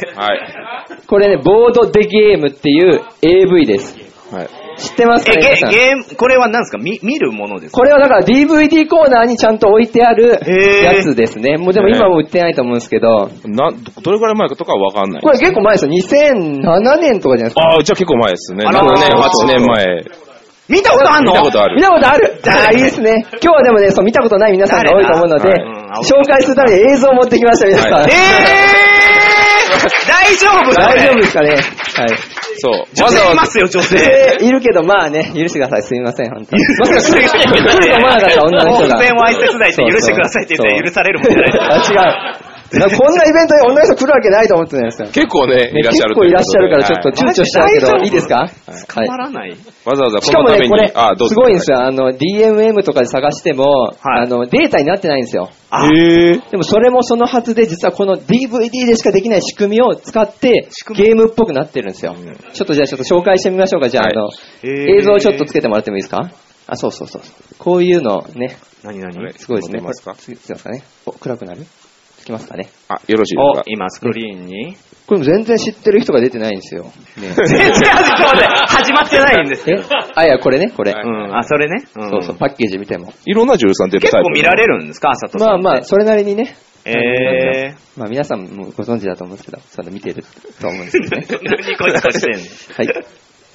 Speaker 4: これね、ボードでゲームっていう AV です。
Speaker 3: はい。
Speaker 4: 知ってますか
Speaker 5: え、
Speaker 4: 皆
Speaker 5: ゲ、
Speaker 4: さん
Speaker 5: ゲーム、これは何ですか見、見るものですか
Speaker 4: これはだから DVD コーナーにちゃんと置いてある
Speaker 5: へー
Speaker 4: やつですね。もうでも今も売ってないと思うんですけど、
Speaker 3: な、どれくらい前かとかはわかんない。
Speaker 4: これ結構前ですよ。2007年とかじゃないですか。
Speaker 3: ああ、じゃあ結構前ですね。7
Speaker 5: あら
Speaker 3: 年、8年前。
Speaker 5: 見たことあんの
Speaker 3: 見たことある
Speaker 4: 見たことあるあーいいですね。今日はでもね、そう見たことない皆さんが多いと思うので
Speaker 5: 誰だはいうん、
Speaker 4: 紹介するために映像を持ってきました、皆さん。
Speaker 3: は
Speaker 5: え大丈夫
Speaker 4: 大丈夫で
Speaker 5: 夫
Speaker 4: すかねはい。
Speaker 3: そう。
Speaker 5: 女
Speaker 3: わざ
Speaker 5: 性い
Speaker 3: わ
Speaker 5: ま
Speaker 3: ざ、
Speaker 5: すよ、女性。
Speaker 4: いるけど、ま あね、許してください。すみません、本当に。
Speaker 5: まさか
Speaker 4: 来ると思わなかった女の人が
Speaker 5: 温泉を愛せ世代って許してくださいって言ったら許されるもんじゃないですか。
Speaker 4: あ、違う。なこんなイベントに女の人来るわけないと思ってたんですよ。
Speaker 3: 結構ね、いらっしゃ
Speaker 4: 結
Speaker 3: る
Speaker 4: 構いらっしゃるから、ちょっ
Speaker 3: と
Speaker 4: と
Speaker 3: いう
Speaker 4: 躊躇しちゃうけど、
Speaker 5: はい
Speaker 4: いいですかは
Speaker 5: 止
Speaker 4: い
Speaker 5: ま。らない。
Speaker 3: ことで。わざわざ
Speaker 4: し
Speaker 3: この
Speaker 4: かも
Speaker 3: た
Speaker 4: ね、
Speaker 3: め
Speaker 4: こ
Speaker 3: に
Speaker 4: れ、、
Speaker 3: あ、どうぞ
Speaker 4: すごいんですよ。あの、DMM とかで探しても、
Speaker 5: はい
Speaker 4: あの、データになってないんですよ。
Speaker 5: あ
Speaker 4: でもそれもそのはずで、実はこの DVD でしかできない仕組みを使って
Speaker 5: 仕、組み
Speaker 4: ゲームっぽくなってるんですよ。ちょっとじゃあ、ちょっと紹介してみましょうか。じゃあ、
Speaker 3: はい
Speaker 4: あの、
Speaker 5: へー
Speaker 4: 映像をちょっとつけてもらってもいいですかあ、そうそうそうそう。こういうの、ね、
Speaker 5: 何何
Speaker 3: はい
Speaker 4: すごいですね。
Speaker 3: 持てますか
Speaker 4: これつつきますかね。お、暗くなるつきますかね。
Speaker 3: あ、よろしい
Speaker 5: お、
Speaker 3: で
Speaker 5: 今スクリーンに。
Speaker 4: これも全然知ってる人が出てないんですよ。
Speaker 5: 違う違う、ちょっと待って、始まってないんです
Speaker 4: え
Speaker 5: よ。
Speaker 4: あ、いや、これね、これ。
Speaker 3: は
Speaker 5: う
Speaker 3: い
Speaker 5: ん、あ、それね。うん
Speaker 4: そうそう、パッケージ見ても。
Speaker 3: すかいろんな女優さん出る
Speaker 5: 結
Speaker 3: タイプ。
Speaker 5: 構見られるんですか、佐藤さん
Speaker 4: ま
Speaker 5: っ
Speaker 4: あ
Speaker 5: て。
Speaker 4: まあ、それなりにね。
Speaker 5: えー。
Speaker 4: まあ皆さんもご存知だと思うんですけど、その見てると思うんです けどね。
Speaker 5: ニコニコしてんの
Speaker 4: はい。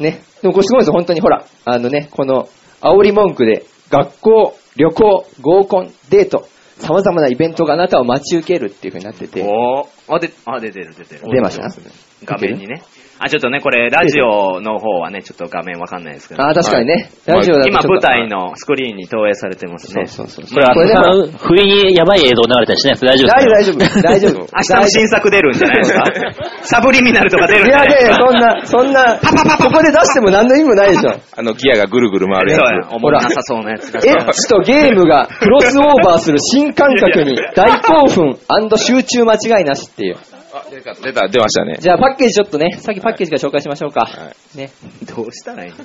Speaker 4: ね。でもこれすごいんですよ、本当に。ほら、あのね、この、煽り文句で、学校、旅行、合コン、デート、様々なイベントがあなたを待ち受けるっていう風になってて、
Speaker 5: おーあ、で、あ、出てる、出てる。
Speaker 4: 出ました
Speaker 5: 画面にね。あ、ちょっとね、これ、ラジオの方はね、ちょっと画面わかんないですけど。
Speaker 4: ああ、確かにね。
Speaker 3: はい
Speaker 4: ラジオだとちょ
Speaker 5: 今、
Speaker 4: っと
Speaker 5: 舞台のスクリーンに投影されてますね。
Speaker 4: そうそうそう
Speaker 2: これ、あ
Speaker 4: これね
Speaker 2: さん、不意にやばい映像流れたりしないです大丈夫ですか
Speaker 4: 大丈夫、 大丈夫、大丈夫。
Speaker 5: 明日の新作出るんじゃないですかサブリミナルとか出るん
Speaker 4: い
Speaker 5: じゃな
Speaker 4: や
Speaker 5: い
Speaker 4: い
Speaker 5: で
Speaker 4: やい
Speaker 5: す
Speaker 4: や、
Speaker 5: か
Speaker 4: そんな、そんな、ここで出しても何の意味もないでしょ。
Speaker 3: あの、ギアがぐるぐる回るや
Speaker 5: そうや
Speaker 3: つ。
Speaker 5: おもろなさそうなやつが。
Speaker 4: エッチとゲームがクロスオーバーする新感覚に大興奮集中間違いなしっていう。
Speaker 3: あ、出た、出た、出ましたね。
Speaker 4: じゃあパッケージちょっとね、さっきパッケージから紹介しましょうか。
Speaker 3: は
Speaker 4: ね。
Speaker 5: どうしたらいいの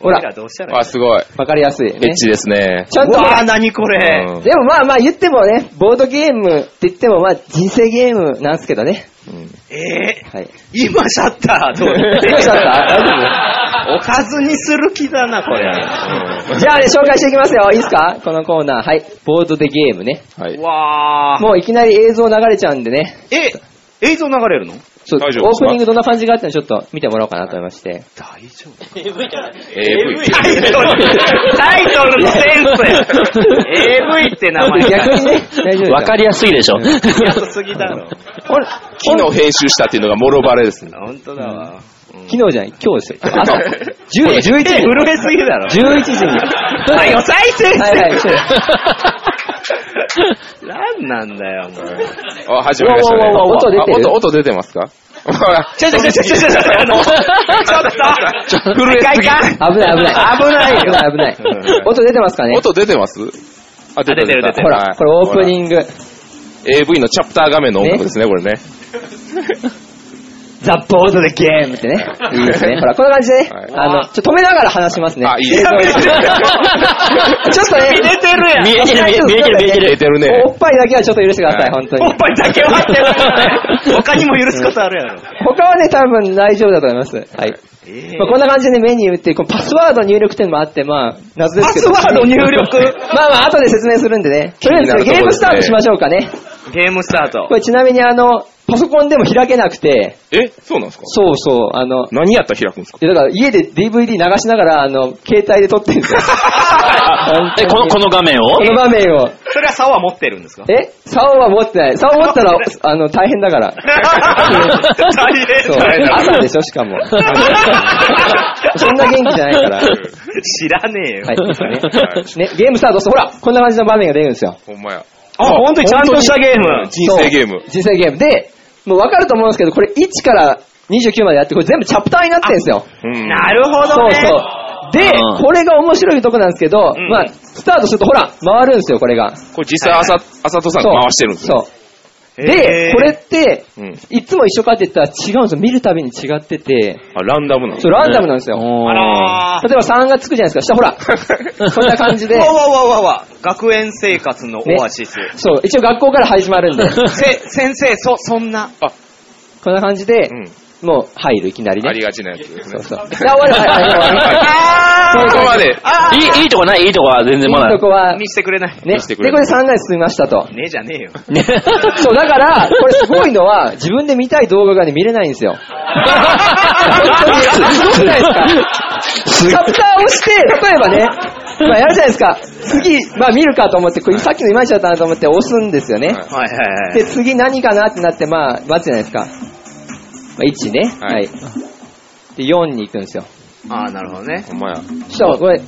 Speaker 4: ほら
Speaker 5: 俺らどうしたらい
Speaker 3: あ、
Speaker 5: い
Speaker 3: すごい。
Speaker 4: わかりやすい。
Speaker 3: エッ
Speaker 4: ね。
Speaker 3: チですね。
Speaker 4: ちゃん
Speaker 5: のう
Speaker 4: と、
Speaker 5: わー、何これ。
Speaker 3: うん
Speaker 4: でもまあまあ言ってもね、ボードゲームって言ってもまあ人生ゲームなんですけどね。
Speaker 3: うん
Speaker 5: えー、
Speaker 4: はい。
Speaker 5: 今シャッターどう
Speaker 4: 今シャッター大
Speaker 5: おかずにする気だな、これ。
Speaker 4: じゃあね、紹介していきますよ。いいですかこのコーナー。はい。ボードでゲームね。
Speaker 3: はい。
Speaker 5: わー。
Speaker 4: もういきなり映像流れちゃうんでね。
Speaker 5: え、映像流れるの
Speaker 4: ちょっと
Speaker 3: 大丈夫で
Speaker 4: オー
Speaker 3: すか
Speaker 4: プニングどんな感じがあったのちょっと見てもらおうかなと思いまして。
Speaker 5: 大丈夫。
Speaker 3: AV。
Speaker 5: タイトル、タイトルのセンス AV って名前
Speaker 4: 逆にね、大丈夫
Speaker 2: わかりやすいでしょ。
Speaker 5: 安すぎだろ。
Speaker 4: ほら、
Speaker 3: 昨日編集したっていうのがもろバレですね。
Speaker 5: 本当だわ。うん
Speaker 4: 昨日じゃない、今日ですよ。朝、10 11時
Speaker 5: 手
Speaker 4: に、
Speaker 5: 震えすぎだろ。
Speaker 4: 11時に。
Speaker 5: は、
Speaker 4: はい
Speaker 5: よ、再生
Speaker 4: はいはい、
Speaker 5: し
Speaker 4: そう
Speaker 5: て
Speaker 4: です
Speaker 5: 何なんだよ、もう。
Speaker 3: あ、始まりましたね。
Speaker 4: うわうわうわ音出てる
Speaker 3: あ音、音出てますか ほら
Speaker 5: ちょちょちょちょちょちょちょあのちょっと
Speaker 3: 震えすぎ
Speaker 5: 一回か
Speaker 4: 危ない危ない。
Speaker 5: 危ないよ
Speaker 4: 危ない危ない。音出てますかね
Speaker 3: 音出てますあ、出
Speaker 5: 出てる出て
Speaker 4: ほら、これオープニ
Speaker 3: ン
Speaker 4: ング、
Speaker 3: グ。AV のチャプター画面の音楽ですね、これね。
Speaker 4: ザ・ボードでゲームってね。いいですね。ほら、こんな感じでね
Speaker 3: はい。
Speaker 4: あの、ちょっと止めながら話しますね。
Speaker 3: あ、いいです
Speaker 4: 映像
Speaker 3: ね。
Speaker 4: ちょっとね、
Speaker 5: 見えてるやん
Speaker 2: 見えてる、見え見えてる、見えて
Speaker 3: 出
Speaker 2: る。
Speaker 3: てるね。
Speaker 4: おっぱいだけはちょっと許してください、本当
Speaker 5: お
Speaker 4: に
Speaker 5: っ。ぱいだけは入ってない。他にも許すことあるやろ。
Speaker 4: 他はね、多分大丈夫だと思います。はい。
Speaker 5: え
Speaker 4: まあ、こんな感じでメニューって、このパスワード入力っていうのもあって、まあ、謎ですけど。
Speaker 5: パスワード入力
Speaker 4: まあまあ、後で説明するんでね。とりあえず、ゲームスタートしましょうかね。
Speaker 5: ーゲームスタート
Speaker 4: こ。れちなみにあの、パソコンでも開けなくて、
Speaker 3: え、そうなんですか
Speaker 4: そうそう、あの、
Speaker 3: 何やったら開くんです か
Speaker 4: いやだから家で DVD 流しながら、あの、携帯で撮ってるんで すよ。本当
Speaker 2: え、
Speaker 4: に
Speaker 2: この、この画面を
Speaker 4: この場面を。
Speaker 5: それは竿は持ってるんですか
Speaker 4: え竿は持ってない。竿持っ たら、あの、大変だから。
Speaker 5: 大変
Speaker 4: そう。
Speaker 5: だよ。
Speaker 4: 朝でしょ、しか も。そんな元気じゃないから。
Speaker 5: 知らねえよ。
Speaker 4: はい、いいですね
Speaker 3: は。
Speaker 4: ね、ゲームスタートするほら、こんな感じの場面が出るんですよ。
Speaker 3: ほんまや。
Speaker 5: あ、本当にちゃんとしたゲーム。
Speaker 3: 人生ゲーム
Speaker 4: そう。人生ゲーム。で、もう分かると思うんですけど、これ1から29までやって、これ全部チャプターになってるんですよ。
Speaker 3: うん
Speaker 5: なるほ
Speaker 4: そ
Speaker 5: ど
Speaker 4: う
Speaker 5: ね。
Speaker 4: そう。で
Speaker 2: うん、
Speaker 4: これが面白いとこなんですけど、
Speaker 5: ん
Speaker 4: まあ、スタートするとほら、回るんですよ、これが。
Speaker 3: これ実際あさ、あさとさんが回してるんですよ。
Speaker 4: そう。で、これって、
Speaker 3: うん。
Speaker 4: いつも一緒かって言ったら違うんですよ。見るたびに違ってて、
Speaker 3: あ、ランダムなんです
Speaker 4: そう、ランダムなんですよ。
Speaker 5: あらー
Speaker 4: 例えば3がつくじゃないですか。下ほ ら、こんな感じで
Speaker 5: わ。わわわわ。学園生活のオアシス。
Speaker 4: そう、一応学校から始まる んで、
Speaker 5: せ、先生、そ、そんな。
Speaker 4: こんな感じで
Speaker 3: う、ん。
Speaker 4: もう入る、いきなり
Speaker 3: あり
Speaker 4: ね。
Speaker 3: がちなやつです
Speaker 4: そ
Speaker 3: ね
Speaker 4: う。そう。 あ、終わる、はいはい終わる。
Speaker 5: あ
Speaker 3: こ
Speaker 4: そう
Speaker 3: こまで。
Speaker 5: あー
Speaker 2: いい、いいとこないいいとこは全然ま
Speaker 4: いい
Speaker 2: だ
Speaker 4: と。こは、ね
Speaker 5: 見、せてくれない。
Speaker 4: で、
Speaker 3: 見せてくれ
Speaker 4: これで3回進みましたと。
Speaker 5: ねえじゃねえよ。
Speaker 2: ね
Speaker 4: そう、だから、これすごいのは、自分で見たい動画がね、見れないんですよ。本当にすごくないですかチャプターを押して、例えばね、まあやるじゃないですか。次、まあ見るかと思って、これさっきのいまいちだったなと思って押すんですよね。
Speaker 5: はいはいはい。
Speaker 4: で、次何かなってなって、まあ待つじゃないですか。まあ1ね。
Speaker 3: は
Speaker 4: はいい。で、4に行くんですよ。
Speaker 5: ああ、なるほどね。
Speaker 3: ほんまや。
Speaker 4: そしたらこれ、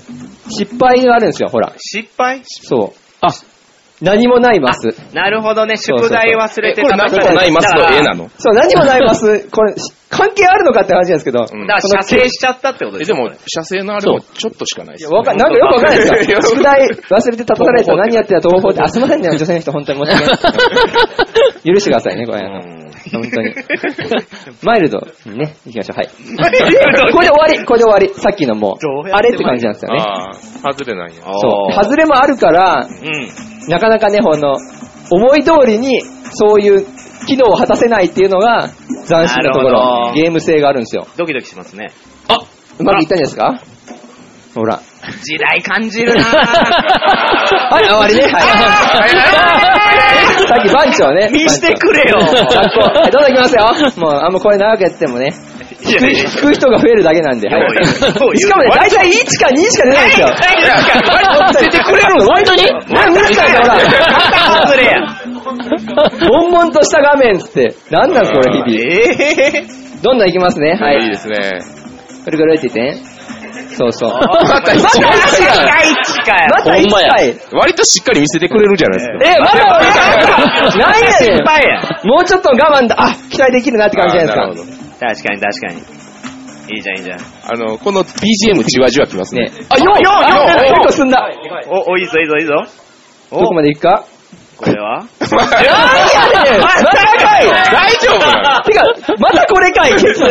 Speaker 4: 失敗があるんですよ、ほら。
Speaker 5: 失敗
Speaker 4: そう。あ、何もないマス。
Speaker 5: なるほどね、
Speaker 4: そうそう
Speaker 5: 宿題忘れ
Speaker 3: え、
Speaker 5: て
Speaker 3: これ何もないマスの絵な
Speaker 5: の
Speaker 3: の
Speaker 4: そう、何もないマス。これ、関係あるのかって話なんですけど。
Speaker 3: うん
Speaker 5: だから、射精しちゃったってことで
Speaker 3: え、ですも、写生のあれもちょっとしかないで
Speaker 4: い
Speaker 3: す
Speaker 4: や、。わかん、なんかよくわかんないですよ。宿題忘れて立たされた ら何やってた東方って、あ、すいませんね、女性の人、本当に申し訳ない。許してくださいね、これ。あの本当に。マイルドにね、行きましょう。はい。これで終わり、これで終わり。さっきのも
Speaker 5: どうや
Speaker 4: う、
Speaker 5: って
Speaker 4: あれって感じなんですよね。
Speaker 3: ああ、外れないんや。
Speaker 4: そう。
Speaker 5: はず、
Speaker 4: 外れもあるから、
Speaker 5: うん。
Speaker 4: なかなかね、ほんの、思い通りに、そういう機能を果たせないっていうのが、斬新なとこ
Speaker 5: なるほ
Speaker 4: ろ
Speaker 5: ど、
Speaker 4: ゲーム性があるんですよ。
Speaker 5: ドキドキしますね。
Speaker 4: うまくいったんじゃないですかほ ら。
Speaker 5: 時代感じるなぁ
Speaker 4: はい、終わりね。はい。さっき番長ね。
Speaker 5: 見してくれよ
Speaker 4: 番長はい、どんどんいきますよ。もう、あんまこれ長くやってもね、
Speaker 5: いやいやいや
Speaker 4: 聞く人が増えるだけなんで。はい
Speaker 5: よいよ
Speaker 4: しかもね、大体1か2しか出ないんですよ。
Speaker 5: 出てくれるの
Speaker 2: 本当に
Speaker 4: 何見るかよ、ほ
Speaker 5: また外れ
Speaker 4: ら。
Speaker 5: や
Speaker 4: 悶々とした画面っつって。なんなんですこれ、日々。
Speaker 5: ええ
Speaker 4: どんどんいきますね。はい
Speaker 3: いいで
Speaker 4: い。
Speaker 3: すね。
Speaker 4: くるくるって言ってね。そうそう。
Speaker 3: また
Speaker 5: ー、
Speaker 3: 一
Speaker 4: また一
Speaker 5: 世
Speaker 4: か
Speaker 5: 界一かよ
Speaker 4: また1
Speaker 2: ほんまや
Speaker 4: 回。
Speaker 3: 割としっかり見せてくれるじゃないですか。
Speaker 4: え、まだ俺なんだなんやね
Speaker 5: 失
Speaker 4: ん
Speaker 5: 敗や
Speaker 4: もうちょっと我慢だ。あ、期待できるなって感じじゃないですか。
Speaker 3: すか。
Speaker 5: 確かに確かにいいじゃんいいじゃん
Speaker 3: あの、この BGM じわじわきます ね。
Speaker 4: あ、よう
Speaker 5: ようよう
Speaker 4: 結構進んだ。
Speaker 5: おおいいぞいいぞいいぞ
Speaker 4: どこまで行くか
Speaker 5: これは
Speaker 4: 何やねんまたかい
Speaker 3: 大丈夫な
Speaker 4: てか、またこれかいケツ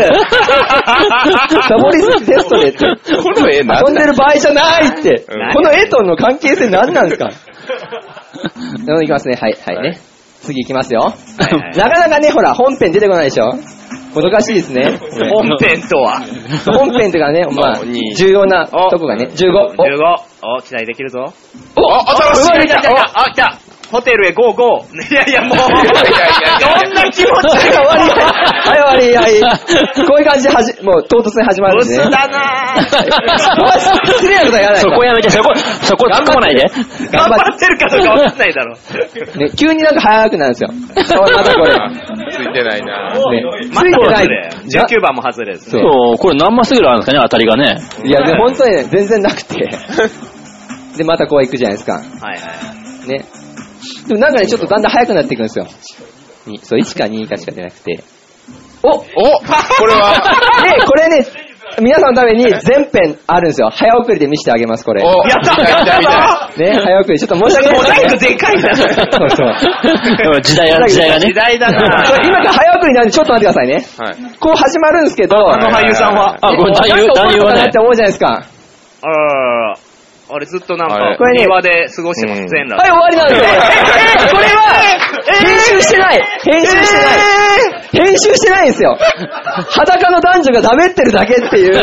Speaker 4: サボりすぎテストでって。
Speaker 3: のこの絵なん
Speaker 4: 遊んでる場合じゃないって
Speaker 3: うん。
Speaker 4: この絵との関係性何なんですかどんどん行きますね。はい、はいね。次行きますよ。
Speaker 5: いはい
Speaker 4: なかなかね、ほら、本編出てこないでし ょもどかしいですね。
Speaker 5: 本編とは
Speaker 4: 本編 とかね、まあ、重要なとこがね、15。お
Speaker 5: 15お期待できるぞ
Speaker 3: お、新しい
Speaker 5: お来た来た来たあ来たホテルへゴーゴーい やいやもうどんな気持ち
Speaker 4: はい、終わり、はい。こういう感じではじ、もう唐突に始まる
Speaker 5: ブ
Speaker 4: ん
Speaker 5: ス
Speaker 4: ですね。
Speaker 5: だな
Speaker 4: よし 失礼なことはやらない
Speaker 2: そ
Speaker 4: から
Speaker 2: こやめて、そこ、そこ突っ込まないで。
Speaker 5: 頑張ってるかどうかわかんないだろ
Speaker 4: ね、急になんか早くなるんですよ。そうまた これ。
Speaker 3: ついてないな
Speaker 4: ね、つ
Speaker 5: また外
Speaker 4: い
Speaker 5: れ
Speaker 4: てない。
Speaker 5: 19番も外れですね
Speaker 2: そう、これ何マスぐらいあるんですかね、当たりがね。
Speaker 4: いや、で、本当にね、全然なく て。で、またこう行くじゃないですか。
Speaker 5: はいはい
Speaker 4: ね。でもなんかね、ちょっとだんだん早くなっていくんですよ。にそう、1か2かしか出なくて。 おで、
Speaker 3: お、これは、
Speaker 4: これ ね、皆さんのために全編あるんですよ。早送りで見せてあげます、これ。ね、
Speaker 3: お、
Speaker 5: やったやったやっ
Speaker 4: 早送り。ちょっと申し訳
Speaker 5: た
Speaker 4: ない
Speaker 5: モ
Speaker 4: で
Speaker 5: ザイ
Speaker 4: すけどね
Speaker 5: クでかいな
Speaker 4: そう
Speaker 2: うん 時代が、時代がね
Speaker 5: 時。代だ
Speaker 4: これ
Speaker 5: な
Speaker 4: 今から早送りなんでちょっと待ってくださいね。
Speaker 3: はい。
Speaker 4: こう始まるんですけど、
Speaker 5: あの俳優さんは
Speaker 2: あ、これ男
Speaker 4: な
Speaker 2: 優、
Speaker 4: んか
Speaker 2: 男
Speaker 4: 起
Speaker 2: 優
Speaker 4: こるの
Speaker 2: は
Speaker 4: かな
Speaker 2: ね
Speaker 4: って。思うじゃないですか。
Speaker 5: あらあれずっとなん
Speaker 3: あ
Speaker 5: か
Speaker 3: れ
Speaker 4: これね
Speaker 5: 庭で過ごしてます全
Speaker 4: はい、
Speaker 5: 裸
Speaker 4: 終わりなんですよ。これは、編集してない編集してない編集してないんですよ裸の男女がダメってるだけっていう、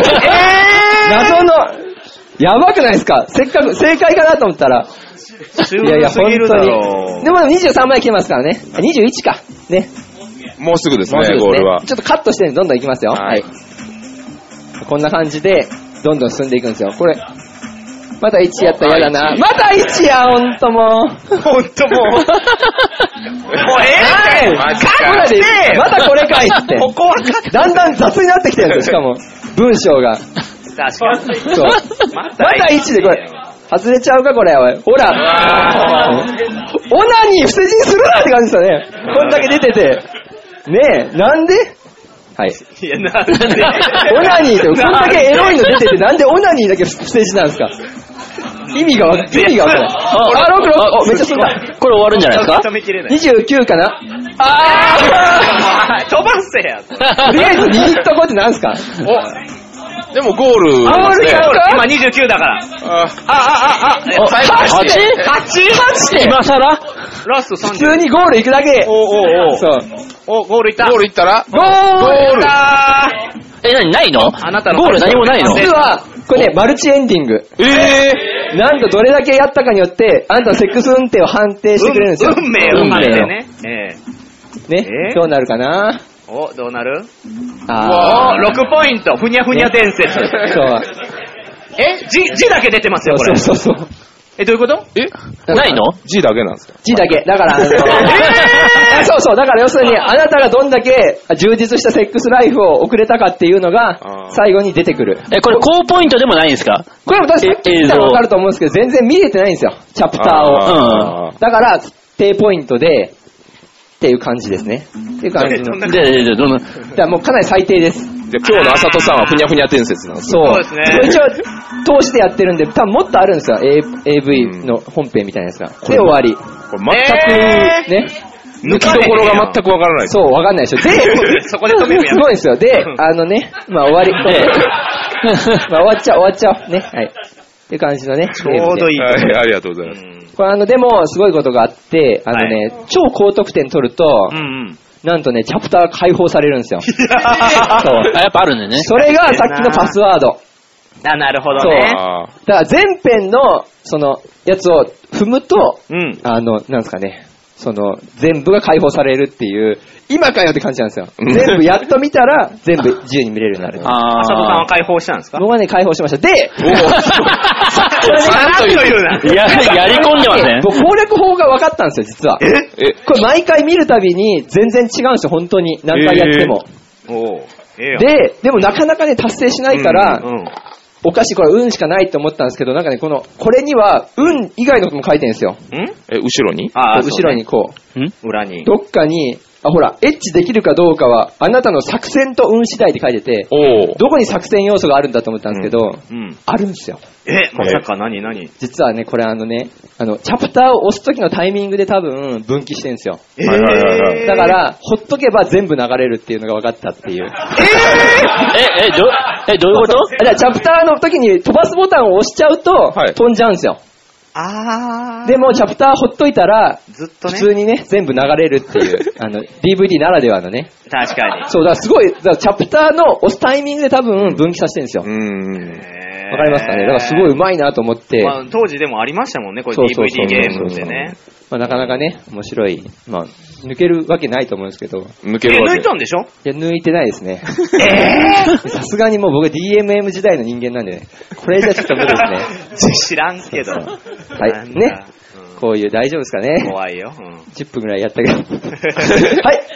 Speaker 4: 謎の、やばくないですかせっかく、正解かなと思ったら。
Speaker 5: 中
Speaker 4: いやいや、
Speaker 5: す
Speaker 4: 本
Speaker 5: ぎる
Speaker 4: 当
Speaker 5: だ
Speaker 4: に
Speaker 5: ろ。
Speaker 4: でも23枚来てますからね。あ21か。ね。
Speaker 3: もうすぐです
Speaker 4: もうす
Speaker 3: ね、
Speaker 4: ぐです
Speaker 3: ゴー
Speaker 4: ね
Speaker 3: ルは。
Speaker 4: ちょっとカットしてるんでどんどんいきますよ。
Speaker 3: は
Speaker 4: はいい。こんな感じで、どんどん進んでいくんですよ。これ、また1やったら嫌だな。また1や、ほんとも う。
Speaker 5: ほんともうもうええ
Speaker 3: マジ
Speaker 4: ほ
Speaker 3: か。
Speaker 4: らでまたこれかいって。
Speaker 5: ここはカッ
Speaker 4: だんだん雑になってきてるんですよ、しかも。文章が。
Speaker 5: 確かに
Speaker 4: そう。
Speaker 5: また
Speaker 4: また1でこれ。外れちゃうか、これ、おい。ほら。
Speaker 5: あ
Speaker 4: オナに不世人するなって感じですよね。こんだけ出てて。ねえ、なんではい。
Speaker 5: いやなんで
Speaker 4: オナニーって、こんだけエロいの出てて、なんでオナニーだけ不正字なんですか意味がわ、意味がわからない。あ、ロックロック、お、めっちゃ進んだ。
Speaker 2: これ終わるんじゃないですか
Speaker 5: 止めきれない
Speaker 4: 29かなあ
Speaker 5: 飛ばせやそれ
Speaker 4: ー とりあえず握っとこうってなんですか
Speaker 3: お、でもゴールですね。
Speaker 4: ゴールや
Speaker 5: 今29だから
Speaker 3: あ
Speaker 5: あ、あ、あ、
Speaker 2: お
Speaker 5: あ、
Speaker 2: 最後
Speaker 5: 八
Speaker 2: 八
Speaker 5: 八
Speaker 2: って今更
Speaker 5: ラスト
Speaker 4: 普
Speaker 5: 30。
Speaker 4: 通にゴール行くだけ。
Speaker 5: おおお
Speaker 4: そう。
Speaker 5: お、ゴールいった。
Speaker 3: ゴールいったら、
Speaker 4: ゴール
Speaker 5: あ
Speaker 2: え、何ないの
Speaker 5: あなたの
Speaker 2: ゴール何もないの
Speaker 4: 実は、これね、マルチエンディング。
Speaker 3: え
Speaker 4: なんとどれだけやったかによって、あんたのセックス運転を判定してくれるんですよ。
Speaker 5: 運命を待ってね。ええ。
Speaker 4: ね
Speaker 5: えー
Speaker 4: どうなるかな
Speaker 5: お、どうなる
Speaker 4: あ
Speaker 5: お、6ポイント。ふにゃふにゃ伝説。
Speaker 4: ーそう。
Speaker 5: え字、字だけ出てますよ、これ。
Speaker 4: そうそうそう。
Speaker 5: え、どういうこと
Speaker 3: え
Speaker 2: ないの
Speaker 3: ?G だけなんですか
Speaker 4: 字だけ。だから、あのそうそう。だから要するに、あなたがどんだけ充実したセックスライフを送れたかっていうの
Speaker 3: あ
Speaker 4: が、
Speaker 3: ー
Speaker 4: 最後に出てくる。
Speaker 2: え、これ高ポイントでもないんですか
Speaker 4: これも確かに
Speaker 2: え
Speaker 4: 見たらわかると思うんですけど、全然見れてないんですよ。チャプターを。
Speaker 3: あー
Speaker 4: だから、低ポイントで、っていう感じですね。っていう感じの。
Speaker 5: そんな
Speaker 4: だ
Speaker 2: で、で、で、どの、
Speaker 4: からもうかなり最低です。
Speaker 3: じゃあ今日のあさとさんはふにゃふにゃ伝説なんです
Speaker 4: そう。
Speaker 5: そうですね
Speaker 4: 一応、通してやってるんで、多分もっとあるんですよ。A- AV の本編みたいなやつが。で、終わり。
Speaker 3: これ
Speaker 5: え
Speaker 4: ね。
Speaker 3: 全く、抜きどころが全くわからないです。
Speaker 4: そう、わかんないでしょ。で、
Speaker 5: そこで止めるやん
Speaker 4: すごいですよ。で、あのね、 まあ終わり。で、まあ終わっちゃう、終わっちゃおう。ね、はい。っていう感じのね。ち
Speaker 5: ょうどいい
Speaker 3: はい、ありがとうございます。
Speaker 5: う
Speaker 4: これあの、でも、すごいことがあって、あのね、超高得点取ると、
Speaker 5: んうん。
Speaker 4: なんとね、チャプター解放されるんですよ。そう
Speaker 2: あ、やっぱあるんだよね。
Speaker 4: それがさっきのパスワード。
Speaker 5: あ、なるほど
Speaker 4: そう
Speaker 5: ね。
Speaker 3: あ
Speaker 4: だから全編の、その、やつを踏むと、
Speaker 5: うん。
Speaker 4: あの、なんですかね、その、全部が解放されるっていう、今かよって感じなんですよ。
Speaker 3: うん
Speaker 4: 全部やっと見たら、全部自由に見れるよ うになる。
Speaker 2: あ
Speaker 5: 佐藤さんは
Speaker 2: あ。
Speaker 5: 解放したんですか
Speaker 4: 僕はね、解放しました。で、
Speaker 3: ーおーす
Speaker 5: なんというな。
Speaker 2: や、やり込んでま すね。
Speaker 4: 僕攻略法が分かったんですよ、実は。
Speaker 3: ごいえ、
Speaker 4: これ毎回見るたびに全然違うんですよ、本当に。何回やっても。
Speaker 5: おうええやん
Speaker 4: で、でもなかなかね、達成しないから、
Speaker 5: うんうん
Speaker 4: お菓子これ運しかないと思ったんですけど、なんかね、この、これには運以外のことも書いてるんですよ。
Speaker 5: うん
Speaker 3: え、後ろに
Speaker 5: あー
Speaker 4: 後ろにこう。
Speaker 5: そうね裏に。
Speaker 4: どっかに、あ、ほら、エッチできるかどうかは、あなたの作戦と運次第って書いてて、
Speaker 3: おー。
Speaker 4: どこに作戦要素があるんだと思ったんですけど、
Speaker 5: うん。
Speaker 4: あるんですよ。
Speaker 5: え、まさか何何
Speaker 4: 実はね、これあのね、あの、チャプターを押す時のタイミングで多分分岐してるんですよ。
Speaker 5: えー
Speaker 3: はいはいはいはい
Speaker 4: だから、ほっとけば全部流れるっていうのが分かったっていう。
Speaker 2: え、え、ど、え、どういうこと
Speaker 4: じゃあ、チャプターの時に飛ばすボタンを押しちゃうと、
Speaker 3: はい
Speaker 4: 飛んじゃうんですよ。
Speaker 5: あー。
Speaker 4: でも、チャプターほっといたら、
Speaker 5: ずっと
Speaker 4: 普
Speaker 5: ね。
Speaker 4: 通にね、全部流れるって いう、あの、DVD ならではのね。
Speaker 5: 確かに。
Speaker 4: そう、だからすごい、だからチャプターの押すタイミングで多分分岐させてるんですよ。
Speaker 3: う
Speaker 4: わ、
Speaker 3: ーん。
Speaker 5: わ
Speaker 4: かりますかねだからすごい上手いなと思って、
Speaker 5: まあ、当時でもありましたもんね、これ
Speaker 4: そうそうそう
Speaker 5: DVD ゲームってね。
Speaker 4: まあ、なかなかね、面白い。まあ、抜けるわけないと思うんですけど、い
Speaker 3: 抜
Speaker 5: え、
Speaker 3: けるわ
Speaker 5: 抜
Speaker 3: け
Speaker 5: い。たんでしょ
Speaker 4: や、抜いてないですね。 さすがにもう僕 DMM 時代の人間なんでね、これじゃちょっと無理ですね。
Speaker 5: 知らんけど。
Speaker 4: そうはい
Speaker 5: なんだ
Speaker 4: ね
Speaker 5: うん
Speaker 4: こういう、大丈夫ですかね。
Speaker 5: 怖いよ。うん
Speaker 4: 10分ぐらいやったけど。はい、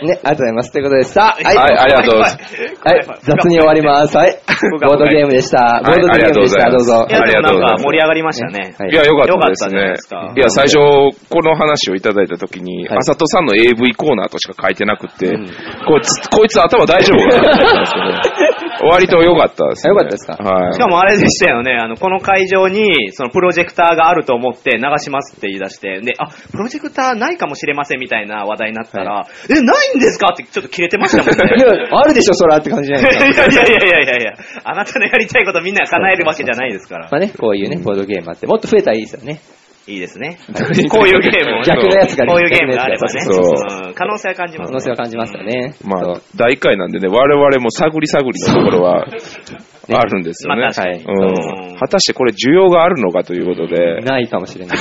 Speaker 4: ね、ありがとうございます。ということで、さあ、はい、
Speaker 3: はい、ありがとうございます。
Speaker 4: はい、雑に終わります。はい、
Speaker 5: 僕は
Speaker 4: ボードゲームでした。ボードゲームでした。どうぞ
Speaker 5: い。や、でもなんか盛り上がりました
Speaker 4: は
Speaker 5: ね。
Speaker 4: い
Speaker 3: いや、よかったです
Speaker 5: よかった
Speaker 3: ね
Speaker 5: じゃないですか。
Speaker 3: いや、最初、この話をいただいたときに、
Speaker 4: はい
Speaker 3: あさとさんの AV コーナーとしか書いてなくて、こいつ、こいつ頭大丈夫かなと思ったんです けど、割と良かったですね。
Speaker 4: あ良かったですか
Speaker 3: はい。
Speaker 5: しかもあれでしたよね、あの、この会場に、そのプロジェクターがあると思って流しますって言い出して、で、あ、プロジェクターないかもしれませんみたいな話題になったら、え、ないんですかってちょっと切れてましたもん
Speaker 4: い
Speaker 5: ね。
Speaker 4: や、あるでしょ、そらって感じじゃ
Speaker 5: い
Speaker 4: ないです
Speaker 5: や
Speaker 4: か。
Speaker 5: いやいやいやいやいや、あなたのやりたいことみんな叶えるわけじゃないですから。
Speaker 4: まあね、こういうね、ボードゲームあって、もっと増えたらいいですよね。
Speaker 5: いいですね。こういうゲームをね
Speaker 4: 逆のやつがね
Speaker 5: こういうゲームがあればね。
Speaker 3: そうそう
Speaker 5: うん可能性は感じます
Speaker 4: 可
Speaker 5: ね。
Speaker 4: 能性は感じますよね。
Speaker 3: ま
Speaker 4: そ
Speaker 3: あ
Speaker 4: う、
Speaker 3: 大会なんでね、我々も探り探りのところは、あるんですよね。
Speaker 5: まあ確かに
Speaker 3: う。
Speaker 5: うん ん
Speaker 3: 果たしてこれ需要があるのかということで、
Speaker 4: ないかもし れない。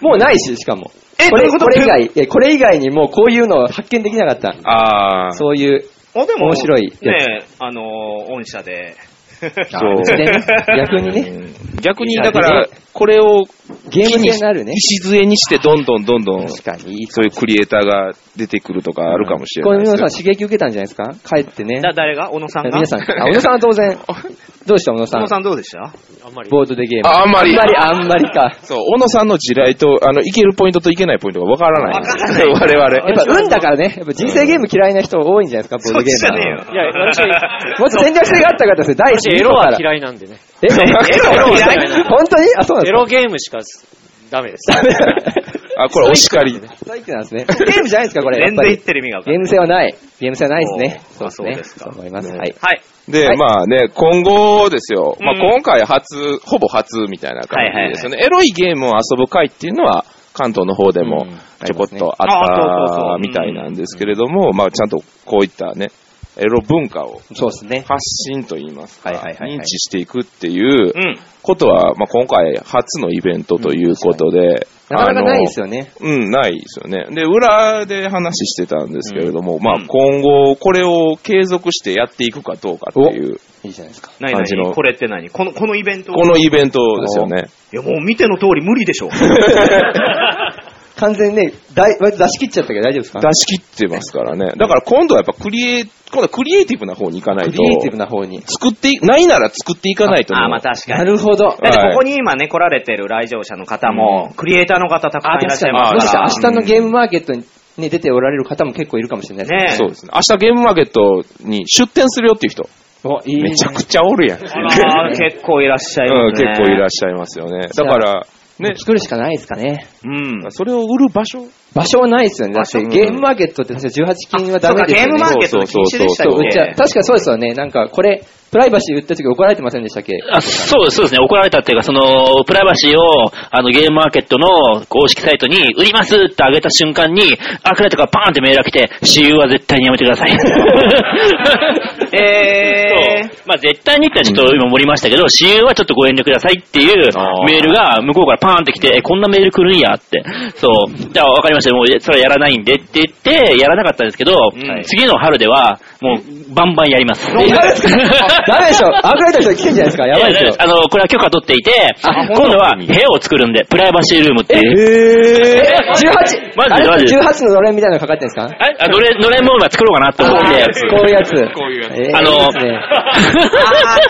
Speaker 4: もうないし、しかも。
Speaker 5: え
Speaker 4: これ、
Speaker 5: どういうこと
Speaker 4: これ以外、いやこれ以外にもうこういうのを発見できなかった。
Speaker 3: ああ、
Speaker 4: そういう、
Speaker 5: おでも、
Speaker 4: 面白いやつ
Speaker 5: ねあのー、御社で。
Speaker 3: そう
Speaker 4: 一年ね逆にね、
Speaker 3: うん逆に、だから、これを、
Speaker 4: ゲーム性のあるね。
Speaker 3: 礎にして、どんどんどんどん、
Speaker 4: 確かにいい
Speaker 3: そういうクリエイターが出てくるとか あるかもしれ
Speaker 4: こ
Speaker 3: な
Speaker 4: れ
Speaker 3: いで
Speaker 4: 皆
Speaker 3: すよ
Speaker 4: さん刺激受けたんじゃないですか帰ってね。
Speaker 5: だ誰が小野さんが
Speaker 4: 皆さん、あ、小野さんは当然。どうした小野さ
Speaker 5: 小野
Speaker 4: ん。
Speaker 5: さんどうでした
Speaker 1: あんまり。
Speaker 4: ボードでゲーム。
Speaker 3: ああんまり
Speaker 4: あんまり、あんまりか。
Speaker 3: そう、小野さんの地雷と、あの、いけるポイントといけないポイントがわからない。
Speaker 5: わからない
Speaker 3: 我
Speaker 4: やっ
Speaker 3: 々。
Speaker 4: ぱ運だからね、やっぱ人生ゲーム嫌いな人多いんじゃないですか、ボー
Speaker 5: そ
Speaker 4: ド
Speaker 5: っ
Speaker 4: ゲ
Speaker 5: ちじ
Speaker 4: ー
Speaker 5: ゃ
Speaker 4: ム
Speaker 5: ねえ
Speaker 4: は。
Speaker 5: よ。
Speaker 1: いや私
Speaker 4: もっと戦略性があった方ですよ、第一
Speaker 1: 私エ
Speaker 4: エ
Speaker 1: ロ
Speaker 4: ロ
Speaker 1: は
Speaker 4: から。
Speaker 1: 嫌いなんでね。
Speaker 4: え
Speaker 5: エロは嫌い
Speaker 4: 本当にあ、そうな
Speaker 1: エ
Speaker 4: んで
Speaker 1: ロゲームしかダメです。
Speaker 4: すか。
Speaker 3: あ、これお叱り。
Speaker 4: ストイックなんですね。ゲームじゃないですか、これ。やっ
Speaker 5: 全
Speaker 4: ぱ
Speaker 5: 然言
Speaker 4: り
Speaker 5: ってる意味が分か
Speaker 4: ゲー
Speaker 5: る。
Speaker 4: ム性はない。ゲーム性はないですね。
Speaker 5: おーあそうですか
Speaker 4: そう思います。はい。
Speaker 5: はい。
Speaker 3: で、
Speaker 4: はい
Speaker 3: まあね、今後ですよ。まあ
Speaker 5: うん
Speaker 3: 今回初、ほぼ初みたいな感じですよね。エロいゲームを遊ぶ会っていうのは、関東の方でも
Speaker 4: うん
Speaker 3: ちょこっ
Speaker 5: あ
Speaker 3: と
Speaker 5: りますねあそうそう
Speaker 3: あ
Speaker 5: そ
Speaker 3: った
Speaker 5: う
Speaker 3: みたいなんですけれども、まあちゃんとこういったね、エロ文化を
Speaker 4: そうですね。
Speaker 3: 発信といいますか、
Speaker 4: はいはいはいはい
Speaker 3: 認知していくっていう
Speaker 5: うん。
Speaker 3: ことは、まあ、今回初のイベントということで、
Speaker 4: なかなかないです
Speaker 3: よ。
Speaker 4: よね。
Speaker 3: うん、ないですよね。で、裏で話してたんですけれども、ま
Speaker 5: う
Speaker 3: あ
Speaker 5: ん
Speaker 3: 今後これを継続してやっていくかどうかっていう、
Speaker 4: いいじゃないですか。
Speaker 5: 何
Speaker 3: 感じ
Speaker 5: 何
Speaker 3: の
Speaker 5: これって何この、このイベント
Speaker 3: このイベントですよね。
Speaker 5: いや、もう見ての通り無理で しょ。
Speaker 4: 完全にね、だい割と出し切っちゃったけど大丈夫ですか
Speaker 3: 出し切ってますからね。だから今度はやっぱクリエイ、今度はクリエイティブな方に行かない
Speaker 4: ク
Speaker 3: と。
Speaker 4: リエイティブな方に。
Speaker 3: 作ってい、ないなら作っていかないと思う。
Speaker 5: あ、まあ確か
Speaker 4: な
Speaker 5: に。
Speaker 4: るほど。
Speaker 5: だって
Speaker 3: はい
Speaker 5: ここに今ね、来られてる来場者の方も、クリエイターの方たくさ
Speaker 4: あ、
Speaker 5: んいらっ
Speaker 4: 確
Speaker 5: しゃ
Speaker 4: か
Speaker 5: い
Speaker 4: に。
Speaker 5: ま
Speaker 4: もし
Speaker 5: す
Speaker 4: か
Speaker 5: から。
Speaker 4: したら明日のゲームマーケットに、ね、出ておられる方も結構いるかもしれないですね。
Speaker 5: ねえ
Speaker 3: そうですね。明日ゲームマーケットに出店するよっていう人、
Speaker 4: お、いいね
Speaker 3: めちゃくちゃおるやん。
Speaker 5: あら結構いらっしゃいま
Speaker 3: うん、
Speaker 5: す
Speaker 3: 結
Speaker 5: ね。
Speaker 3: 構いらっしゃいますよね。だから、ね、
Speaker 4: 作るしかないですかね。
Speaker 5: うん。
Speaker 3: それを売る場所
Speaker 4: 場所はないですよね。だっ
Speaker 3: 場
Speaker 4: て
Speaker 3: 所
Speaker 4: ゲームマーケットって確か18金はダメですよ
Speaker 5: そうか
Speaker 4: ね。
Speaker 5: ゲームマーケットの禁止でしたっ
Speaker 3: そうそうそうそう
Speaker 4: 売っちゃう
Speaker 5: け
Speaker 4: 確かにそうですよね。なんかこれ、プライバシー売った時怒られてませんでし たっけ
Speaker 2: あそうです、そうですね。怒られたっていうか、その、プライバシーを、あの、ゲームマーケットの公式サイトに、売りますって上げた瞬間に、アクライトからパーンってメールが来て、私有は絶対にやめてくださ い。
Speaker 5: えー
Speaker 2: そうまあ、絶対にってのはちょっと今盛りましたけど、私有はちょっとご遠慮くださいっていう
Speaker 3: あー
Speaker 2: メールが、向こうからパーンって来て、え、こんなメール来るんやって。そう。じゃあ、わかりました。もう、それはやらないんでって言って、やらなかったんですけど、
Speaker 5: ん
Speaker 2: 次の春では、もう、バンバンやります。
Speaker 4: ダメでしょアークライトの人来てんじゃないですかやばいです
Speaker 2: や
Speaker 4: よ。
Speaker 2: あの、これは許可取っていて、
Speaker 4: あ
Speaker 2: 今度は部屋を作るんで、プライバシールームっていう。
Speaker 4: え
Speaker 2: え
Speaker 4: !18!
Speaker 2: マジで
Speaker 4: あれ
Speaker 2: マジで
Speaker 4: 18ののれんみたいなのかかってんですか
Speaker 2: ああのれ、のれんものが作ろうかなと思って。
Speaker 4: こういうやつ。こ
Speaker 3: ういうやつ
Speaker 4: えーい
Speaker 2: あ
Speaker 4: いです
Speaker 2: の、
Speaker 4: ね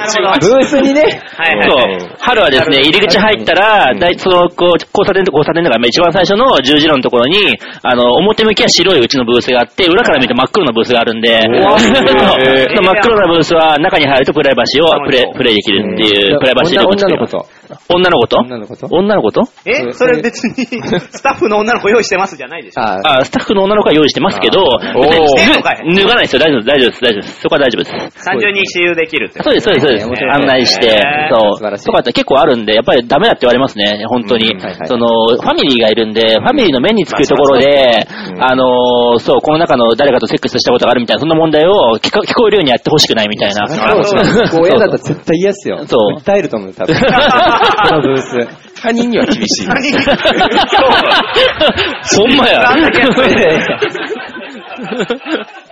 Speaker 5: あーなるほど
Speaker 4: ブースにね、
Speaker 5: はいはいはい。
Speaker 2: そう。春はですね、入り口入ったら、大その、こう、交差点と交差点だから、一番最初の十字路のところに、あの、表向きは白いうちのブースがあって、裏から見ると真っ黒なブースがあるんで、
Speaker 5: おー
Speaker 2: そう
Speaker 5: へー
Speaker 2: その真っ黒なブースは中に入るとプライバシーをプレイプレイできるっていう、プライバシールームを
Speaker 4: 女
Speaker 2: 作
Speaker 4: 女
Speaker 2: る
Speaker 4: の子と。
Speaker 2: 女
Speaker 4: 女の
Speaker 2: の子と
Speaker 4: 子と
Speaker 2: 女の子と
Speaker 5: えそれ別に、スタッフの女の子用意してますじゃないでしょ
Speaker 4: あ
Speaker 2: あ、スタッフの女の子は用意してますけど、
Speaker 3: ーおー
Speaker 5: してんのかい
Speaker 2: 脱がないですよ、大丈夫です、大丈夫です、大丈夫です。そこは大丈夫です。
Speaker 5: 単純に私有できるってこと
Speaker 2: そうです、そうです、そうです
Speaker 4: 面白い。ね
Speaker 2: 案内して
Speaker 5: へ、ー
Speaker 2: そう
Speaker 4: 素晴らし。い
Speaker 2: とかって結構あるんで、やっぱりダメだって言われますね、本当に
Speaker 3: うん
Speaker 4: はいは。い
Speaker 2: その、ファミリーがいるんで、ファミリーの目につくところで、
Speaker 3: うん
Speaker 2: あのー、そう、この中の誰かとセックスしたことがあるみたいな、そんな問題を聞こ聞こえるようにやってほしくないみたいな。
Speaker 4: あ。そうそう。こう親だったら絶対嫌っすよ。
Speaker 2: そう
Speaker 4: 訴えると思う、多分。このブース。
Speaker 3: 他人には厳しい。
Speaker 5: 何
Speaker 2: ほんまや。
Speaker 5: なんだっけそれ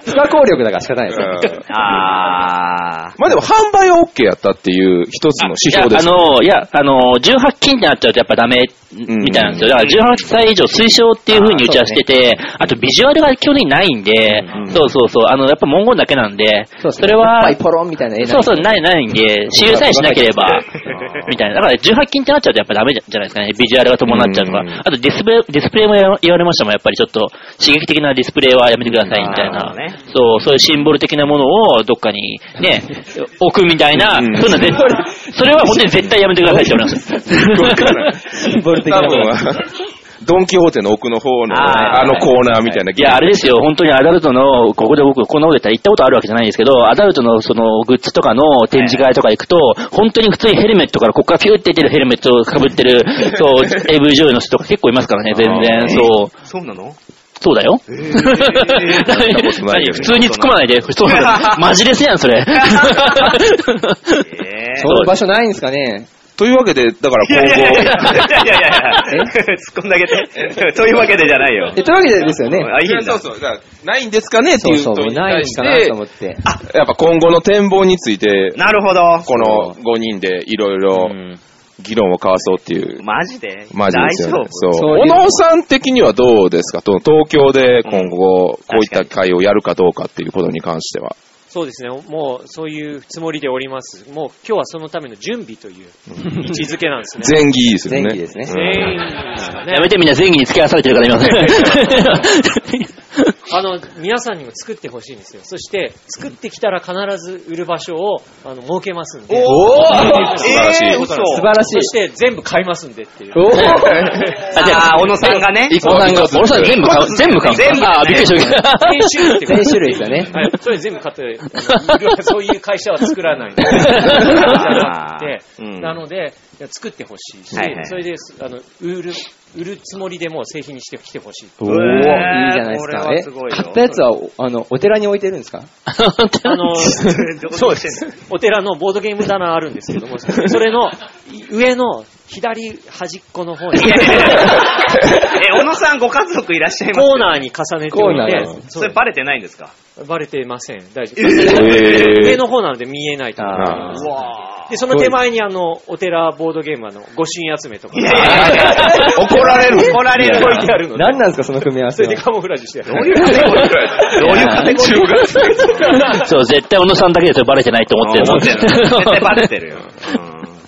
Speaker 4: 不可抗力だから仕方ないですよ。
Speaker 3: うん
Speaker 5: あー。
Speaker 3: まあでも販売は OK やったっていう一つの指標です
Speaker 2: いや、あの、いや、あの、18金ってなっちゃうとやっぱダメみたいなんですよ。だから18歳以上推奨っていう風にうちはしてて、あとビジュアルが基本的にないんで、そうそうそう、あの、やっぱ文言だけなんで、
Speaker 4: う
Speaker 2: それ
Speaker 4: おっぱ、
Speaker 2: はい
Speaker 4: ポロンみたいな絵
Speaker 2: そうそう、ないないんで、私有さえしなければ、みたいな。だから18金ってなっちゃうとやっぱダメじゃじゃないですかね。ビジュアルが伴っちゃうとか
Speaker 3: うん。
Speaker 2: あとディスプレイ、ディスプレイもや言われましたもん、やっぱりちょっと刺激的なディスプレイはやめてくださいみたい
Speaker 5: なるほど
Speaker 2: な
Speaker 5: ね。
Speaker 2: そう、そういうシンボル的なものをどっかにね、置くみたいな、
Speaker 3: うん
Speaker 2: そういうのは絶対、それは本当に絶対やめてくださいって言われ ました。
Speaker 4: シンボル的
Speaker 3: 多
Speaker 4: な。
Speaker 3: 分は、ドンキホーテの奥の方の、
Speaker 5: あー
Speaker 3: あのコーナーみたいな。
Speaker 2: いや、あれですよ、本当にアダルトの、ここで僕、こんなこと言ったら行ったことあるわけじゃないんですけど、アダルトのそのグッズとかの展示会とか行くと、本当に普通にヘルメットから、ここからピューって出るヘルメットをかぶって る、そう、AV 女優の人とか結構いますからね、全然、そう。
Speaker 5: そうなの
Speaker 2: そうだよ。
Speaker 3: ことない
Speaker 2: 何
Speaker 3: よ
Speaker 2: 普通に突っ込まないで、そうだよマジレスやん、それ。
Speaker 5: えー
Speaker 4: そういう場所ないんですかね
Speaker 3: というわけで、だから
Speaker 5: いやいやいやいやい
Speaker 3: 今後、
Speaker 5: やいやいや突っ込んであげて。そういうわけでじゃないよ
Speaker 4: え、。というわけでですよね。
Speaker 5: あ、いいんだ。
Speaker 3: そうそう、だからないんですかねって
Speaker 4: そ
Speaker 3: いうう
Speaker 4: そう、
Speaker 3: 問い
Speaker 4: もう
Speaker 3: に
Speaker 4: ないん
Speaker 3: 対
Speaker 4: す
Speaker 3: して
Speaker 4: か、なと思って。
Speaker 3: やっぱ今後の展望について、
Speaker 5: なるほど。
Speaker 3: この5人でいろいろ議論を交わそうっていう。
Speaker 5: マジで
Speaker 3: マジですよね
Speaker 5: 大丈。夫
Speaker 3: そう。
Speaker 4: そうい
Speaker 3: 小
Speaker 4: うの
Speaker 3: 野さん的にはどうですかと東京で今後、こういった会をやるかどうかっていうことに関しては。
Speaker 1: そうですね、もうそういうつもりでおります。もう今日はそのための準備という位置づけなんですね。
Speaker 3: 前儀ですよね。
Speaker 4: 前儀ですね
Speaker 1: 全員ですかね
Speaker 2: やめてみんな前儀に付き合わされてる から、今。
Speaker 1: あの、皆さんにも作ってほしいんですよ。そして、作ってきたら必ず売る場所を、あの、設けますんで。
Speaker 5: おー
Speaker 3: 素晴らしい
Speaker 5: えー
Speaker 1: そ
Speaker 5: 嘘
Speaker 1: う
Speaker 4: 素晴らし
Speaker 1: そ
Speaker 4: い
Speaker 1: して、全部買いますんでっていう。
Speaker 4: お
Speaker 5: あー、小野さんがね。
Speaker 3: 一個一個ずつ
Speaker 2: 俺さん全部買
Speaker 5: 一
Speaker 2: う
Speaker 5: 個ずつ
Speaker 2: 全部買う
Speaker 5: 全部
Speaker 2: あーびっくりした。
Speaker 1: 全種類ってこと
Speaker 4: 全種類ですよね。
Speaker 1: はい。それ全部買って、 そういう会社は作らないんで。
Speaker 5: あー
Speaker 1: で
Speaker 5: うん
Speaker 1: なので、作ってほしいし、
Speaker 5: はいはい
Speaker 1: それで、あの、売る売るつもりでもう製品にしてきてほしい。
Speaker 4: お
Speaker 5: ー
Speaker 4: ー、いいじゃないです
Speaker 5: こ
Speaker 4: か。
Speaker 5: れ
Speaker 4: え
Speaker 5: はすごいよ
Speaker 4: 買ったやつは、おあの、お寺に置いてるんですか
Speaker 1: あの、
Speaker 5: そうです。
Speaker 1: お寺のボードゲーム棚あるんですけども、それの上の左端っこの方に、
Speaker 5: え、小野さんご家族いらっしゃいます
Speaker 1: コーナーに重ねて
Speaker 4: コーナー
Speaker 1: お
Speaker 4: ないの
Speaker 1: て、
Speaker 5: そ
Speaker 1: そ
Speaker 5: れ
Speaker 1: う
Speaker 5: バレてないんですか
Speaker 1: バレてません。大丈夫。
Speaker 3: え
Speaker 1: 上の方なので見えないと思いま
Speaker 3: あ
Speaker 1: す
Speaker 3: ー
Speaker 5: うわ
Speaker 1: で、その手前にあの、お寺ボードゲームあの、御神集めとか、
Speaker 5: いやいやいや
Speaker 3: 怒られる。
Speaker 5: 怒られる
Speaker 1: 置いてあるので、
Speaker 4: 何なんですか、その組み合わ
Speaker 1: そ
Speaker 4: せ
Speaker 1: れ
Speaker 4: は
Speaker 1: で。カモフラージュしてある。
Speaker 5: どういうカテゴリー
Speaker 3: 中学生
Speaker 2: そう、絶対小野さんだけでそれバレてないと思ってるもん。
Speaker 5: 絶対バレてるよ。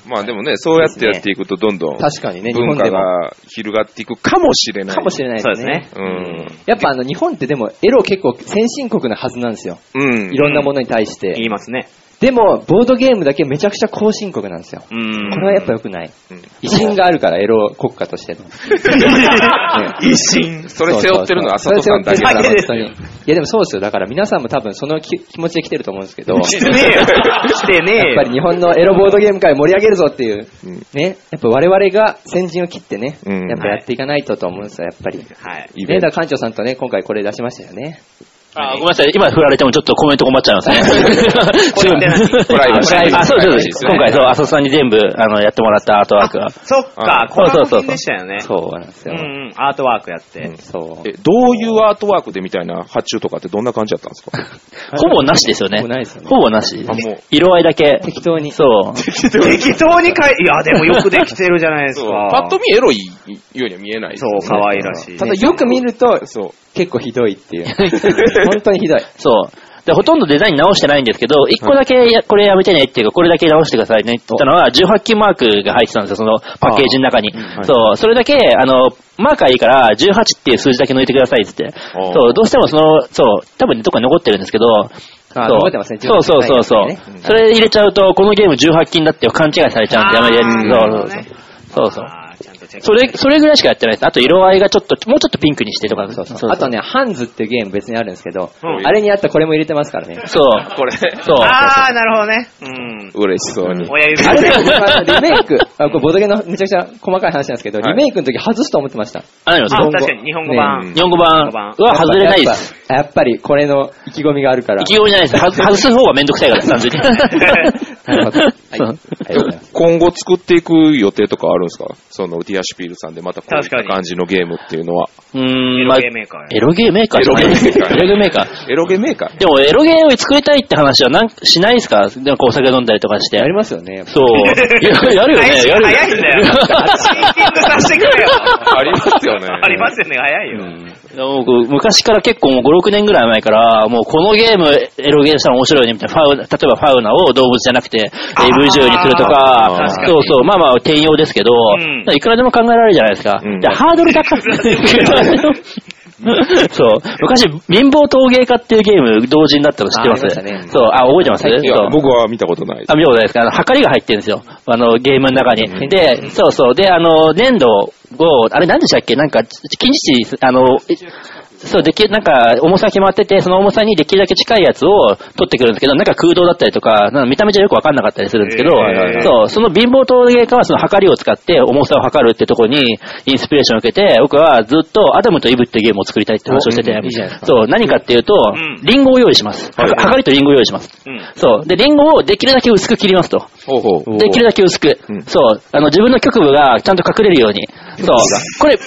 Speaker 3: まあでもね、そうやってやっていくとどんどん
Speaker 4: 確かにね、日
Speaker 3: 文
Speaker 4: 本
Speaker 3: 化
Speaker 4: では。
Speaker 3: が広がっていくかもしれない。
Speaker 4: かもしれ
Speaker 5: う
Speaker 4: なんい
Speaker 5: そう
Speaker 4: で
Speaker 5: ですす
Speaker 4: ね
Speaker 5: ね。。
Speaker 3: うん。
Speaker 4: やっぱあの、日本ってでも、エロ結構先進国なはずなんですよ。
Speaker 3: うん。
Speaker 4: いろんなものに対し
Speaker 5: 言
Speaker 4: て。
Speaker 5: いますね。
Speaker 4: でも、ボードゲームだけめちゃくちゃ後進国なんですよ。
Speaker 5: う
Speaker 4: こ
Speaker 5: ん
Speaker 4: れはやっぱ良くない。
Speaker 3: うん
Speaker 4: 威信があるから、エロ国家としての。
Speaker 5: 一心。
Speaker 3: それ背負ってるのは佐藤さんだけ
Speaker 4: そ
Speaker 3: だ
Speaker 4: れ背
Speaker 3: な
Speaker 4: 負。ってるから本当にいやでもそうですよ。だから皆さんも多分その気気持ちで来てると思うんです けど、やっ
Speaker 5: してねえよ。してねえ
Speaker 4: ぱり
Speaker 5: よ。
Speaker 4: 日本のエロボードゲーム界を盛り上げるぞっていう
Speaker 3: うん、
Speaker 4: ね、やっぱ我々が先陣を切ってね、
Speaker 3: うん
Speaker 4: やっぱやっていかないとと思うんですよ、やっぱり。ね、
Speaker 5: はい。
Speaker 3: イベ
Speaker 4: だ
Speaker 3: ント
Speaker 4: から館長さんとね、今回これ出しましたよね。
Speaker 2: あごめんなさい、今振られてもちょっとコメント困っちゃいますね。す
Speaker 5: これ何
Speaker 3: プライバシー
Speaker 2: あ、そうですそうで
Speaker 3: プ
Speaker 2: す。
Speaker 3: ライバ
Speaker 2: 今回、そう、浅田さんに全部、あの、やってもらったアートワークは。
Speaker 5: そっか、コラボ品でしたよね。
Speaker 4: そうなんです
Speaker 5: う
Speaker 4: よ。
Speaker 5: んうん、アートワークやって。
Speaker 4: そう。
Speaker 3: え、どういうアートワークでみたいな発注とかってどんな感じだったんですか
Speaker 2: ほぼなしですよね。
Speaker 4: ほぼないですよね
Speaker 2: ほぼなし
Speaker 3: あもう。
Speaker 2: 色合いだけ。
Speaker 4: 適当に。
Speaker 2: そう。
Speaker 5: 適当に書い、いや、でもよくできてるじゃないです
Speaker 3: そ
Speaker 5: か
Speaker 3: う。パッと見エロいようには見えないです
Speaker 5: そ
Speaker 3: ね
Speaker 5: う、可愛らしい。
Speaker 4: ただよく見ると、
Speaker 3: そ
Speaker 4: 結構ひどい っていう。本当にひどい。
Speaker 2: そう。で、ほとんどデザイン直してないんですけど、一個だけやこれやめてねっていうか、これだけ直してくださいねって言ったのは、18金マークが入ってたんですよ、そのパッケージの中に。
Speaker 3: はい
Speaker 2: そう、それだけ、あの、マークはいいから、18っていう数字だけ抜いてくださいって言って。
Speaker 3: あー
Speaker 2: そう、どうしてもその、そう、多分ねどっかに残ってるんですけど、
Speaker 4: あー
Speaker 2: そう
Speaker 4: 残ってますね
Speaker 2: そうそうそうそう、
Speaker 4: 18金
Speaker 2: それ入れちゃうと、このゲーム18金だって勘違いされちゃうんで、やめて。
Speaker 5: あーなる
Speaker 2: そうそうそう。そう
Speaker 5: ほ
Speaker 2: そ
Speaker 5: ど
Speaker 2: う
Speaker 5: ね。。あーちゃんとチェック
Speaker 2: それ、それぐらいしかやってないです。あと色合いがちょっと、もうちょっとピンクにしてとか。そうそう
Speaker 4: あとね、ハンズっていうゲーム別にあるんですけど、
Speaker 5: うん
Speaker 4: あれにあったこれも入れてますからね。
Speaker 2: そう。
Speaker 3: これ、
Speaker 2: そう。
Speaker 5: あー、なるほどね。うん。
Speaker 3: 嬉しそうに。
Speaker 5: 親指。
Speaker 4: あれね、あのリメイ ク、あこれボドゲのめちゃくちゃ細かい話なんですけど、
Speaker 3: はい
Speaker 4: リメイクの時外すと思ってました。
Speaker 2: あるんです
Speaker 5: あ、
Speaker 2: か
Speaker 4: 語
Speaker 5: 確かに、日本語版。
Speaker 3: ね
Speaker 2: 日本語
Speaker 5: 日本語
Speaker 2: 版
Speaker 5: 版
Speaker 2: は外れないです。
Speaker 4: す。やっぱやっぱりこれの意気込みがあるから。
Speaker 2: 意気込みじゃないです。は外す方がめんどくさいから、単純に。
Speaker 4: なるほどはい
Speaker 2: そう
Speaker 4: ありがとうございます
Speaker 3: 今後作っていく予定とかあるんですかその、ディアシュピールさんでまたこういっ
Speaker 5: 確か
Speaker 3: た
Speaker 5: に
Speaker 3: 感じのゲームっていうのは。
Speaker 2: うー
Speaker 5: エ
Speaker 2: ん、
Speaker 5: ロ
Speaker 2: まあ
Speaker 5: ゲ、ーメーカーや。
Speaker 2: エロゲーメーカーじゃないです
Speaker 3: エロゲーメーカー
Speaker 2: エロゲーメーカー。
Speaker 3: エロゲメーカー
Speaker 2: でも、エロゲーを作りたいって話はなんしないですかでも、こうお酒飲んだりとかして
Speaker 4: や。りますよね。やっぱ
Speaker 2: そう。 いややるよね、やるよね。
Speaker 5: 早いんだ よ。シンキングさせてくれよ。
Speaker 3: ありますよね
Speaker 5: ありますよね、早いよ。
Speaker 2: いや僕、昔から結構もう5、6年ぐらい前から、もうこのゲーム、エロゲーしたら面白いね、みたいな。ファウ例えばファウナを動物じゃなくて、
Speaker 5: あー
Speaker 2: AV 女優にするとか
Speaker 5: 確か、に
Speaker 2: そうそう、まあまあ、転用ですけど、
Speaker 5: ん
Speaker 2: いくらでも考えられるじゃないですか。
Speaker 3: うん
Speaker 2: でハードル高くそう。昔、貧乏陶芸家っていうゲーム、同時になったの知ってます
Speaker 4: あありましたね
Speaker 2: そう、あ、覚えてます
Speaker 4: 最
Speaker 3: い
Speaker 2: そ
Speaker 3: や、
Speaker 2: う
Speaker 3: 僕は見たことないです。
Speaker 2: あ、見たことないですかあの、はかりが入ってるんですよ。あの、ゲームの中
Speaker 3: う
Speaker 2: に。
Speaker 3: ん
Speaker 2: で、そうそう。で、あの、粘土を、あれ何でしたっけなんか、近日、あの、いそう、でき、なんか、重さ決まってて、その重さにできるだけ近いやつを取ってくるんですけど、なんか空洞だったりとか、なんか見た目じゃよくわかんなかったりするんですけど
Speaker 5: へ、ー
Speaker 2: そう、その貧乏陶芸家はその測りを使って重さを測るってとこにインスピレーションを受けて、僕はずっとアダムとイブっていうゲームを作りたいって話をしてて
Speaker 4: おうんいいじゃないです、か
Speaker 2: そう、何かっていうと
Speaker 5: ん、
Speaker 2: リンゴを用意します。はかりとリンゴを用意します。
Speaker 5: うん。
Speaker 2: そう。で、リンゴをできるだけ薄く切りますと。
Speaker 3: ほうほう。
Speaker 2: できるだけ薄く。
Speaker 3: うん
Speaker 2: そう。あの、自分の局部がちゃんと隠れるように。そう。これ、 そ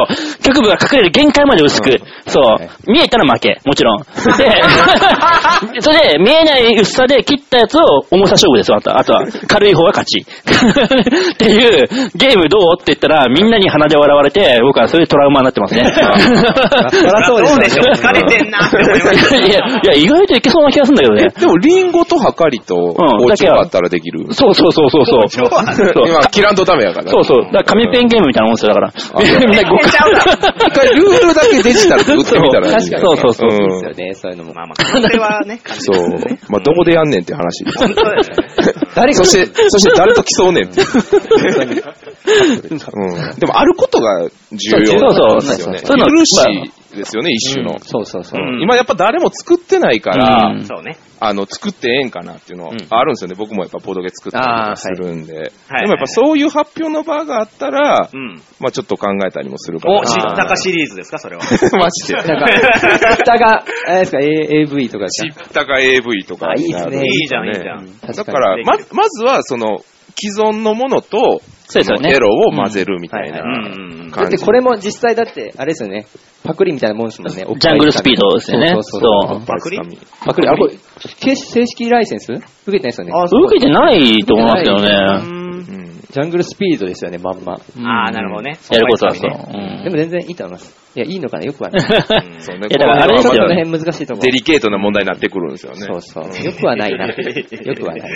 Speaker 2: う。局部が隠れる限界まで薄く。そう。見えたら負け。もちろん。で、それで、見えない薄さで切ったやつを重さ勝負ですよ、あとあとは。軽い方が勝ち。 っていう、ゲームどうって言ったら、みんなに鼻で笑われて、僕はそういうトラウマになってますね。
Speaker 5: そう
Speaker 4: そりゃそうですよ ね
Speaker 5: でしょ、疲れてんなって思いました
Speaker 2: いや、いや、意外といけそうな気がするんだけどね。
Speaker 3: でも、リンゴとはかりと、
Speaker 2: ん
Speaker 3: 包丁があったらできる。
Speaker 2: そうそうそうそうそう。
Speaker 5: 今日は
Speaker 2: そう
Speaker 3: 今、切らんとダメやから。
Speaker 2: そうそう。だから紙ペンゲームみたいなもんですよ、だから。みんな
Speaker 5: 変ちゃうな
Speaker 3: 一回ルールだけデジタルで打ってみたらいいんじゃない
Speaker 2: そうそうそう
Speaker 3: う
Speaker 4: いい
Speaker 3: ん
Speaker 4: ですよね、そういうのも。
Speaker 5: まあまあ、可能性はね、感じ
Speaker 3: そう。まあ、どこでやんねんって 話です。
Speaker 5: 本当だよね。
Speaker 3: 誰そして、そして誰と競うねんっていう。うんでも、あることが重要なんですよね。
Speaker 2: そうそうそうそういうの
Speaker 3: 許し、ですよね、一種の。
Speaker 4: そうそうそう。
Speaker 5: うん
Speaker 3: 今やっぱ誰も作ってないから、
Speaker 2: うん
Speaker 5: そうね。
Speaker 3: あの、作ってええんかなっていうの、
Speaker 1: うん
Speaker 3: あるんですよね。僕もやっぱボードゲー作ったりとかするんで。
Speaker 5: はい
Speaker 3: でもやっぱそういう発表の場があったら、
Speaker 5: うん。
Speaker 3: まあちょっと考えたりもするかな。
Speaker 5: お、知ったかシリーズですか、それは。
Speaker 3: マジで。
Speaker 4: なんか、下が、あれですか、A- AV とかです
Speaker 3: 知
Speaker 4: か
Speaker 3: ったか AV とかになる
Speaker 4: あいい
Speaker 5: いいじゃん、いいじゃん。
Speaker 3: だ
Speaker 4: 確
Speaker 3: か
Speaker 4: かに。
Speaker 3: ら、ま、まずはその、既存のものと、
Speaker 2: そうですよね
Speaker 3: エロを混ぜるみたいな
Speaker 5: うんうんうん
Speaker 3: 感じ。
Speaker 4: だってこれも実際だって、あれですよね。パクリみたいなもんですもんね。
Speaker 2: ジャングルスピードですよね
Speaker 4: そうそうそう
Speaker 2: そう
Speaker 5: パクリ
Speaker 4: パクリ、あ、これ、け正式ライセンス受けてないですよね。
Speaker 5: あ
Speaker 2: 受けてないと思いますけど
Speaker 5: う
Speaker 2: ね。
Speaker 5: ん
Speaker 3: うん
Speaker 4: ジャングルスピードですよね、まんま。
Speaker 5: あー、なるほどね。
Speaker 2: やることはそう。
Speaker 4: でも全然いいと思います。いや、いいのかなよくはない。
Speaker 5: うん
Speaker 3: そうね
Speaker 2: いやだ からあれで
Speaker 4: ちょ
Speaker 2: す
Speaker 4: っと
Speaker 2: よ
Speaker 4: こ
Speaker 2: ね
Speaker 4: の辺難しいとこ
Speaker 3: デリケートな問題になってくるんですよね。
Speaker 4: そうそう。よくはな いな。よくはない。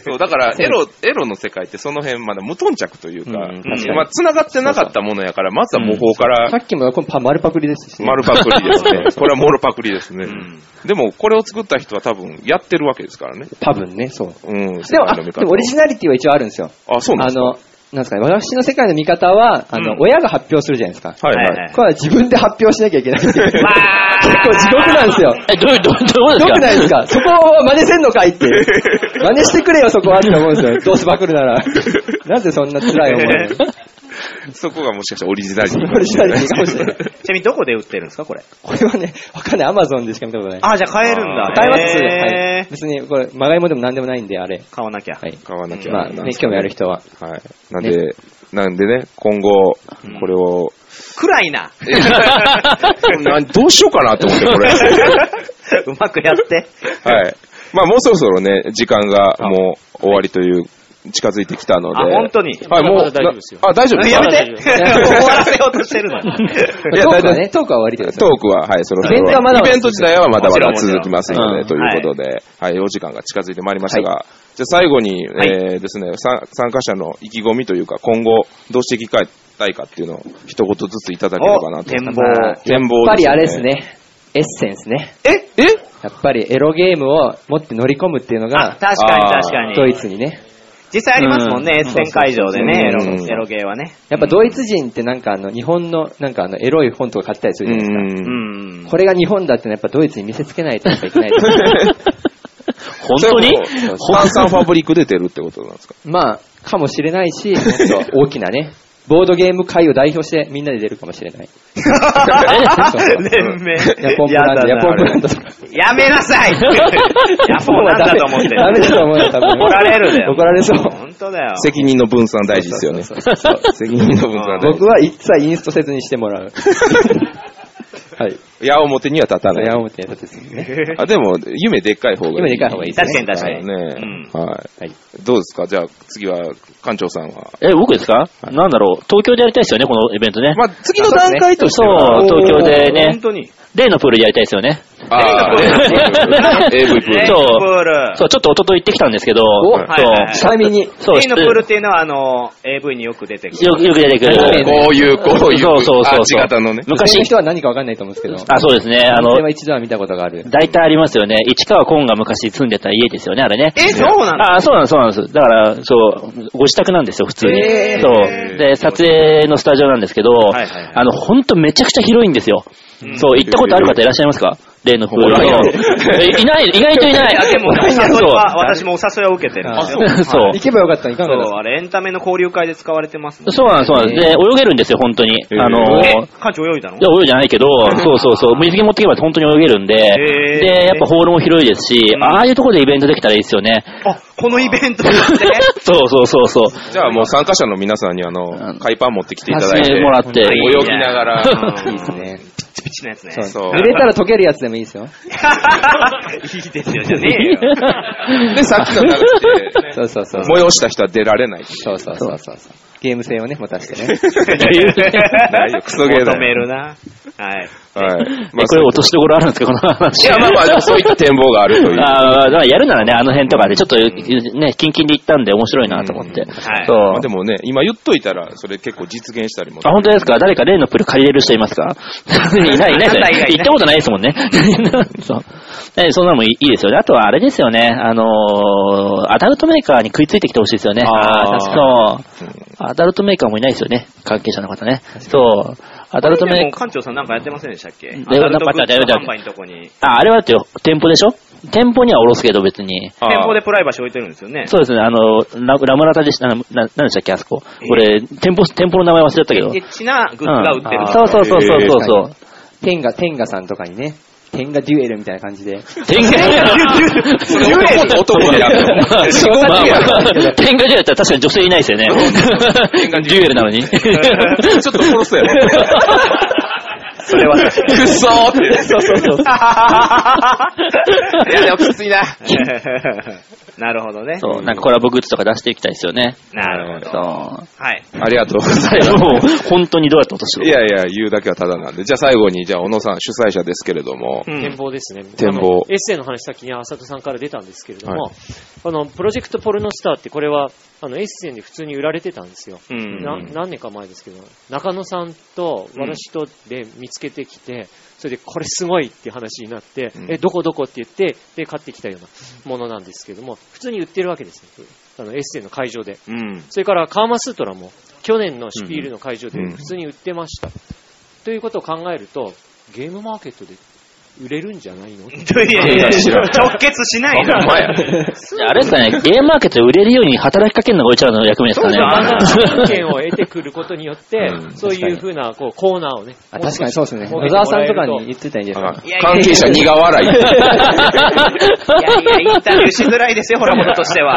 Speaker 3: そう、だから、エロ、エロの世界ってその辺まだ無頓着というか、
Speaker 4: うん
Speaker 5: 確かに
Speaker 3: まあ、繋がってなかったものやから、まずは模倣から
Speaker 4: さ、っきもこのパ丸パクリですしね。
Speaker 3: 丸パクリ ですね。これはモロパクリですね。
Speaker 5: ん
Speaker 3: でも、これを作った人は多分、やってるわけですからね。
Speaker 4: 多分ね、そう。
Speaker 3: うん、世
Speaker 4: でも、
Speaker 3: 界
Speaker 4: あ
Speaker 3: の見
Speaker 4: で
Speaker 3: 方
Speaker 4: もオリジナリティは一応あるんですよ。
Speaker 3: あ、そうなん
Speaker 4: あ
Speaker 3: ですか
Speaker 4: の、なんですかね、私の世界の見方は、あの、
Speaker 5: うん
Speaker 4: 親が発表するじゃないですか。
Speaker 3: はいはい。
Speaker 5: はいはい
Speaker 4: これは自分で発表しなきゃいけない。結 構
Speaker 5: わー
Speaker 4: 地獄なんですよ。
Speaker 2: え、どういう、どういうどういうこと
Speaker 4: よく
Speaker 2: で
Speaker 4: ないですす
Speaker 2: か
Speaker 4: かそこを真似せんのかいっ ていう。真似してくれよ、そこはって思うんですよ。どうせバクるなら。なぜそんな辛い思い を。
Speaker 3: そこがもしかしたらオリジナリティ。
Speaker 4: オリジナリティかもしれない。
Speaker 5: ちなみにどこで売ってるんですか、これ。
Speaker 4: これはね、わかんない。アマゾンでしか見たことない。
Speaker 5: あ、じゃあ買えるんだ。
Speaker 4: 買えます
Speaker 5: へー
Speaker 4: はい。別に、これ、まがいもでも何でもないんで、あれ。
Speaker 5: 買わなきゃ。
Speaker 4: はい。
Speaker 3: 買わなきゃ。
Speaker 4: まあ、ね、興味ある人は。
Speaker 3: はい。なんで、なんでね、今後、これを、
Speaker 5: 暗いな。
Speaker 3: などうしようかなと思って、 これ。
Speaker 5: うまくやって。
Speaker 3: はい。まあ、もうそろそろね、時間がもう終わりという、近づいてきたので。
Speaker 5: あ、本当に。
Speaker 3: はい、もう、
Speaker 1: まだ大丈夫ですよ
Speaker 3: なあ、 大丈夫です
Speaker 5: や
Speaker 3: か
Speaker 5: め
Speaker 1: 大
Speaker 5: て
Speaker 1: 丈夫
Speaker 5: 終わらせようとしてるの。
Speaker 4: ト
Speaker 3: いや
Speaker 4: ークはね、トークは終わりということ
Speaker 3: トークは、はい、そろそろ。
Speaker 4: イベントはまだまだ
Speaker 3: イベント自体はまだまだ
Speaker 5: もちろん
Speaker 3: 続きますので、と
Speaker 2: も
Speaker 3: い
Speaker 2: ち
Speaker 3: うことで、はい、お時間が近づいてまいりましたが、じゃあ最後に、
Speaker 5: はい
Speaker 3: えーですね、さ参加者の意気込みというか、今後、どうしていきたいかっていうのを、一言ずついただければなと。
Speaker 5: 展
Speaker 4: まあ
Speaker 5: 望。
Speaker 3: 展
Speaker 4: やっ
Speaker 3: 望
Speaker 4: ぱりあれです。ね。エッセンスね。
Speaker 5: ええ
Speaker 4: やっぱりエロゲームを持って乗り込むっていうの
Speaker 5: あ、確
Speaker 4: が、
Speaker 5: かに
Speaker 3: あー
Speaker 5: 確かに。
Speaker 4: ドイツにね。
Speaker 5: 実際ありますもんね、エッセン会場でね、エ
Speaker 3: そうそうそう
Speaker 5: ロエロゲーはね。
Speaker 4: やっぱドイツ人ってなんかあの、日本の、なんかあの、エロい本とか買ったりす
Speaker 3: う。
Speaker 4: るじゃないですか。
Speaker 5: うんん。
Speaker 4: これが 日本だってのはやっぱドイツに見せつけないとやっぱいけないですね
Speaker 2: 本当に
Speaker 3: それも炭酸ファブリック出てるってことなんですか
Speaker 4: まあ、かもしれないし、もっと大きなね、ボードゲーム会を代表してみんなで出るかもしれない。
Speaker 5: 連盟。
Speaker 4: ヤポンブランド、
Speaker 5: や
Speaker 4: ヤ
Speaker 5: だ
Speaker 4: ポンブ
Speaker 5: な
Speaker 4: ランドとか。
Speaker 5: やめなさいヤポンなんだと思ってる。
Speaker 4: ダメだと思うよ、多分。
Speaker 5: 怒られるだよ
Speaker 4: 怒られそう。
Speaker 5: 本当だよ。
Speaker 3: 責任の分散大事ですよね。責任の分散大事
Speaker 4: 僕。は一切インストせずにしても らう。はい。
Speaker 3: 矢表には立た
Speaker 4: そ
Speaker 3: な。
Speaker 4: れはい思ってやったですね。
Speaker 3: あ、でも、夢でっかい方がいい。
Speaker 4: 夢でかい方がいいです
Speaker 5: 確かに確か
Speaker 3: はい
Speaker 5: に。
Speaker 3: ね、
Speaker 5: うん
Speaker 3: はい、
Speaker 4: はい
Speaker 3: どうですかじゃあ、次は、館長さんは。
Speaker 2: え、僕ですかなんだろう。東京でやりたいですよね、このイベントね。
Speaker 3: まあ、次の段階として
Speaker 2: そう、
Speaker 3: は、
Speaker 2: 東京でね
Speaker 5: 本、当に。
Speaker 2: 例のプールでやりたいですよね。
Speaker 3: あー
Speaker 5: 例のプー
Speaker 3: AV プール
Speaker 5: 例。
Speaker 2: そ
Speaker 5: の
Speaker 2: う
Speaker 5: プール。
Speaker 2: そう、ちょっと一昨日行ってきたんですけど、そう
Speaker 5: はいはいはい
Speaker 4: ちなみに、
Speaker 2: そう、
Speaker 5: A のプールっていうのは、あの、AV によく出てくる。
Speaker 2: よくよく出てくる。
Speaker 3: こういう、こういう、
Speaker 2: そうそうそうそう
Speaker 3: あ、地形のね。
Speaker 4: 昔の
Speaker 2: 昔、
Speaker 4: 人は何かわかんないと思うんですけど、
Speaker 2: あ、そうですね、あの
Speaker 4: これ、は一度は見たことがある。
Speaker 2: 大体ありますよね。市川昆が昔住んでた家ですよね、あれね。
Speaker 5: え、そうなの
Speaker 2: あ、そうなんです、そうなんです。だから、そう、ご自宅なんですよ、普通に。
Speaker 5: へー
Speaker 2: そう。で、撮影のスタジオなんですけど、
Speaker 5: いはいはい
Speaker 2: あの、ほんとめちゃくちゃ広いんですよ。そう、行ったことある方いらっしゃいますか例のプールの。
Speaker 3: おらんや
Speaker 2: えいない、意外といないい。
Speaker 5: や、でも、
Speaker 2: そう
Speaker 5: 私は、私もお誘いを受けてるんですよ。
Speaker 2: そう
Speaker 4: 行。けばよかったのいか
Speaker 5: そ
Speaker 4: がです
Speaker 5: う、
Speaker 4: か
Speaker 5: あれ、エンタメの交流会で使われてますもん
Speaker 2: そうなんです、そうなんです。で、泳げるんですよ、本当に。
Speaker 3: ー
Speaker 2: あの
Speaker 5: え
Speaker 2: ー、、
Speaker 5: 館長泳いだの
Speaker 2: いや、泳いじゃないけど、そうそうそう、水着持ってけば本当に泳げるんで、
Speaker 5: へー
Speaker 2: で、やっぱホールも広いですし、
Speaker 5: うん
Speaker 2: ああいうところでイベントできたらいいですよね。
Speaker 5: あ、このイベントなんで
Speaker 2: そうそうそうそう。
Speaker 3: じゃあ、もう参加者の皆さんに、あ
Speaker 2: う
Speaker 3: の、
Speaker 2: ん
Speaker 3: 海パン持ってきていただい
Speaker 2: 走
Speaker 3: て、
Speaker 2: ってもらって
Speaker 3: 泳ぎながら、
Speaker 5: うん
Speaker 4: いいですね。
Speaker 5: ピチピチのやつ ね。
Speaker 3: そう
Speaker 4: 濡れたら溶けるやつでもいいですよ。
Speaker 5: いいですよ、じゃねえよ。
Speaker 3: で、さっきの流して、ね
Speaker 4: そうそうそう。
Speaker 3: 催した人は出られない。
Speaker 4: そうそうそうそう。ゲーム性をね、持たしてね。
Speaker 3: 大丈夫クソゲーだよ
Speaker 5: 求めるな。はい。
Speaker 3: はい。
Speaker 2: えこれ落と
Speaker 3: し
Speaker 2: しどころあるんですか、この話。
Speaker 3: いや、まあまあ、でもそういった展望があるという。
Speaker 2: ああ、だからやるならね、あの辺とかで、ちょっと、ね、キンキンで行ったんで面白いなと思って。
Speaker 3: うん
Speaker 5: はい
Speaker 2: そう。
Speaker 3: まあでもね、今言っといたら、それ結構実現したりも。
Speaker 2: あ、本当ですか誰か例のプール借りれる人いま すかいない、いないですよ
Speaker 5: あんた以外いない
Speaker 2: 行ったことないですもんね。 そう。えそんなのもいいいいですよね。あとはあれですよね。あのーアダルトメーカーに食いついてきてほしいですよね。
Speaker 5: あー
Speaker 2: そう。アダルトメーカーもいないですよね。関係者の方ね。そう。アダルト
Speaker 5: あれで
Speaker 2: メ
Speaker 5: も、館長さんなんかやってませんでしたっけ
Speaker 2: どういうこと
Speaker 5: アダルトグッズ
Speaker 2: 待って待って
Speaker 5: 販売のとこに。
Speaker 2: あ、あれはだって店舗でしょ店舗にはおろすけど別に。
Speaker 3: あー
Speaker 5: 店舗でプライバシー置いてるんですよね。
Speaker 2: そうですね、あの、ララムラタでした、あのななんでしたっけ、あそこ
Speaker 5: え。
Speaker 2: 俺、店舗、店舗の名前忘れちゃったけど。
Speaker 5: エッチなグッズが売ってる。
Speaker 2: うんそうそうそうそうそうそう。
Speaker 4: テンガ、テンガさんとかにね、テンガデュエルみたいな感じで。
Speaker 2: 天下
Speaker 3: それ男男でやるの。仕事
Speaker 2: まあ
Speaker 3: でやるの
Speaker 2: まあ、天下デュエルだったら確かに女性いないですよね。天下デュエルなのに。
Speaker 3: ちょっと殺すやろ。
Speaker 5: それは確かに。
Speaker 3: くっそーって。
Speaker 2: そうそうそう。
Speaker 5: いやでもきついな。なるほどね。
Speaker 2: そう、なんかコラボグッズとか出していきたいですよね。
Speaker 5: なるほ
Speaker 2: そ
Speaker 5: ど。
Speaker 2: う。
Speaker 5: はい。
Speaker 3: ありがとうございます。
Speaker 2: もう、本当にどうやって落として
Speaker 3: いやいや、言うだけはただなんで。じゃあ最後に、じゃあ、小野さん、主催者ですけれども
Speaker 5: う。ん
Speaker 1: 展望ですね。
Speaker 3: 展望
Speaker 1: あのエッセイの話先に浅田さんから出たんですけれども、
Speaker 3: は
Speaker 1: あの、プロジェクトポルノスターってこれは、あの、エッセイで普通に売られてたんですよ。
Speaker 5: うん
Speaker 1: な
Speaker 3: うん
Speaker 1: 何年か前ですけど、中野さんと私とで見つけてきて、それでこれすごいって話になって、
Speaker 3: うん
Speaker 1: え、どこどこって言って、で、買ってきたようなものなんですけども、普通に売ってるわけですね。あの、エッセイの会場で。
Speaker 5: うん。
Speaker 1: それからカーマスートラも去年のシュピールの会場で
Speaker 3: うん
Speaker 1: 普通に売ってました。ということを考えると、ゲームマーケットで売れるんじゃない の
Speaker 5: いやいや直結しないな。
Speaker 3: ほんまや
Speaker 2: じゃああれですかね、ゲームマーケットで売れるように働きかけるのがちゃうの役目ですかね。
Speaker 1: だんだん証券を得てくることによって、
Speaker 3: うん
Speaker 1: そういうふうなこうコーナーをね、
Speaker 4: あ、確かにそうですね。
Speaker 1: もう
Speaker 4: 野
Speaker 1: 少
Speaker 4: 沢
Speaker 1: し
Speaker 4: さんとか
Speaker 1: もらえる
Speaker 4: に言ってたらいいんじゃないですか。
Speaker 5: いやいや
Speaker 3: 関係者苦笑 い。
Speaker 5: いやいや、インタビューしづらいですよ、ほら、ものとしては。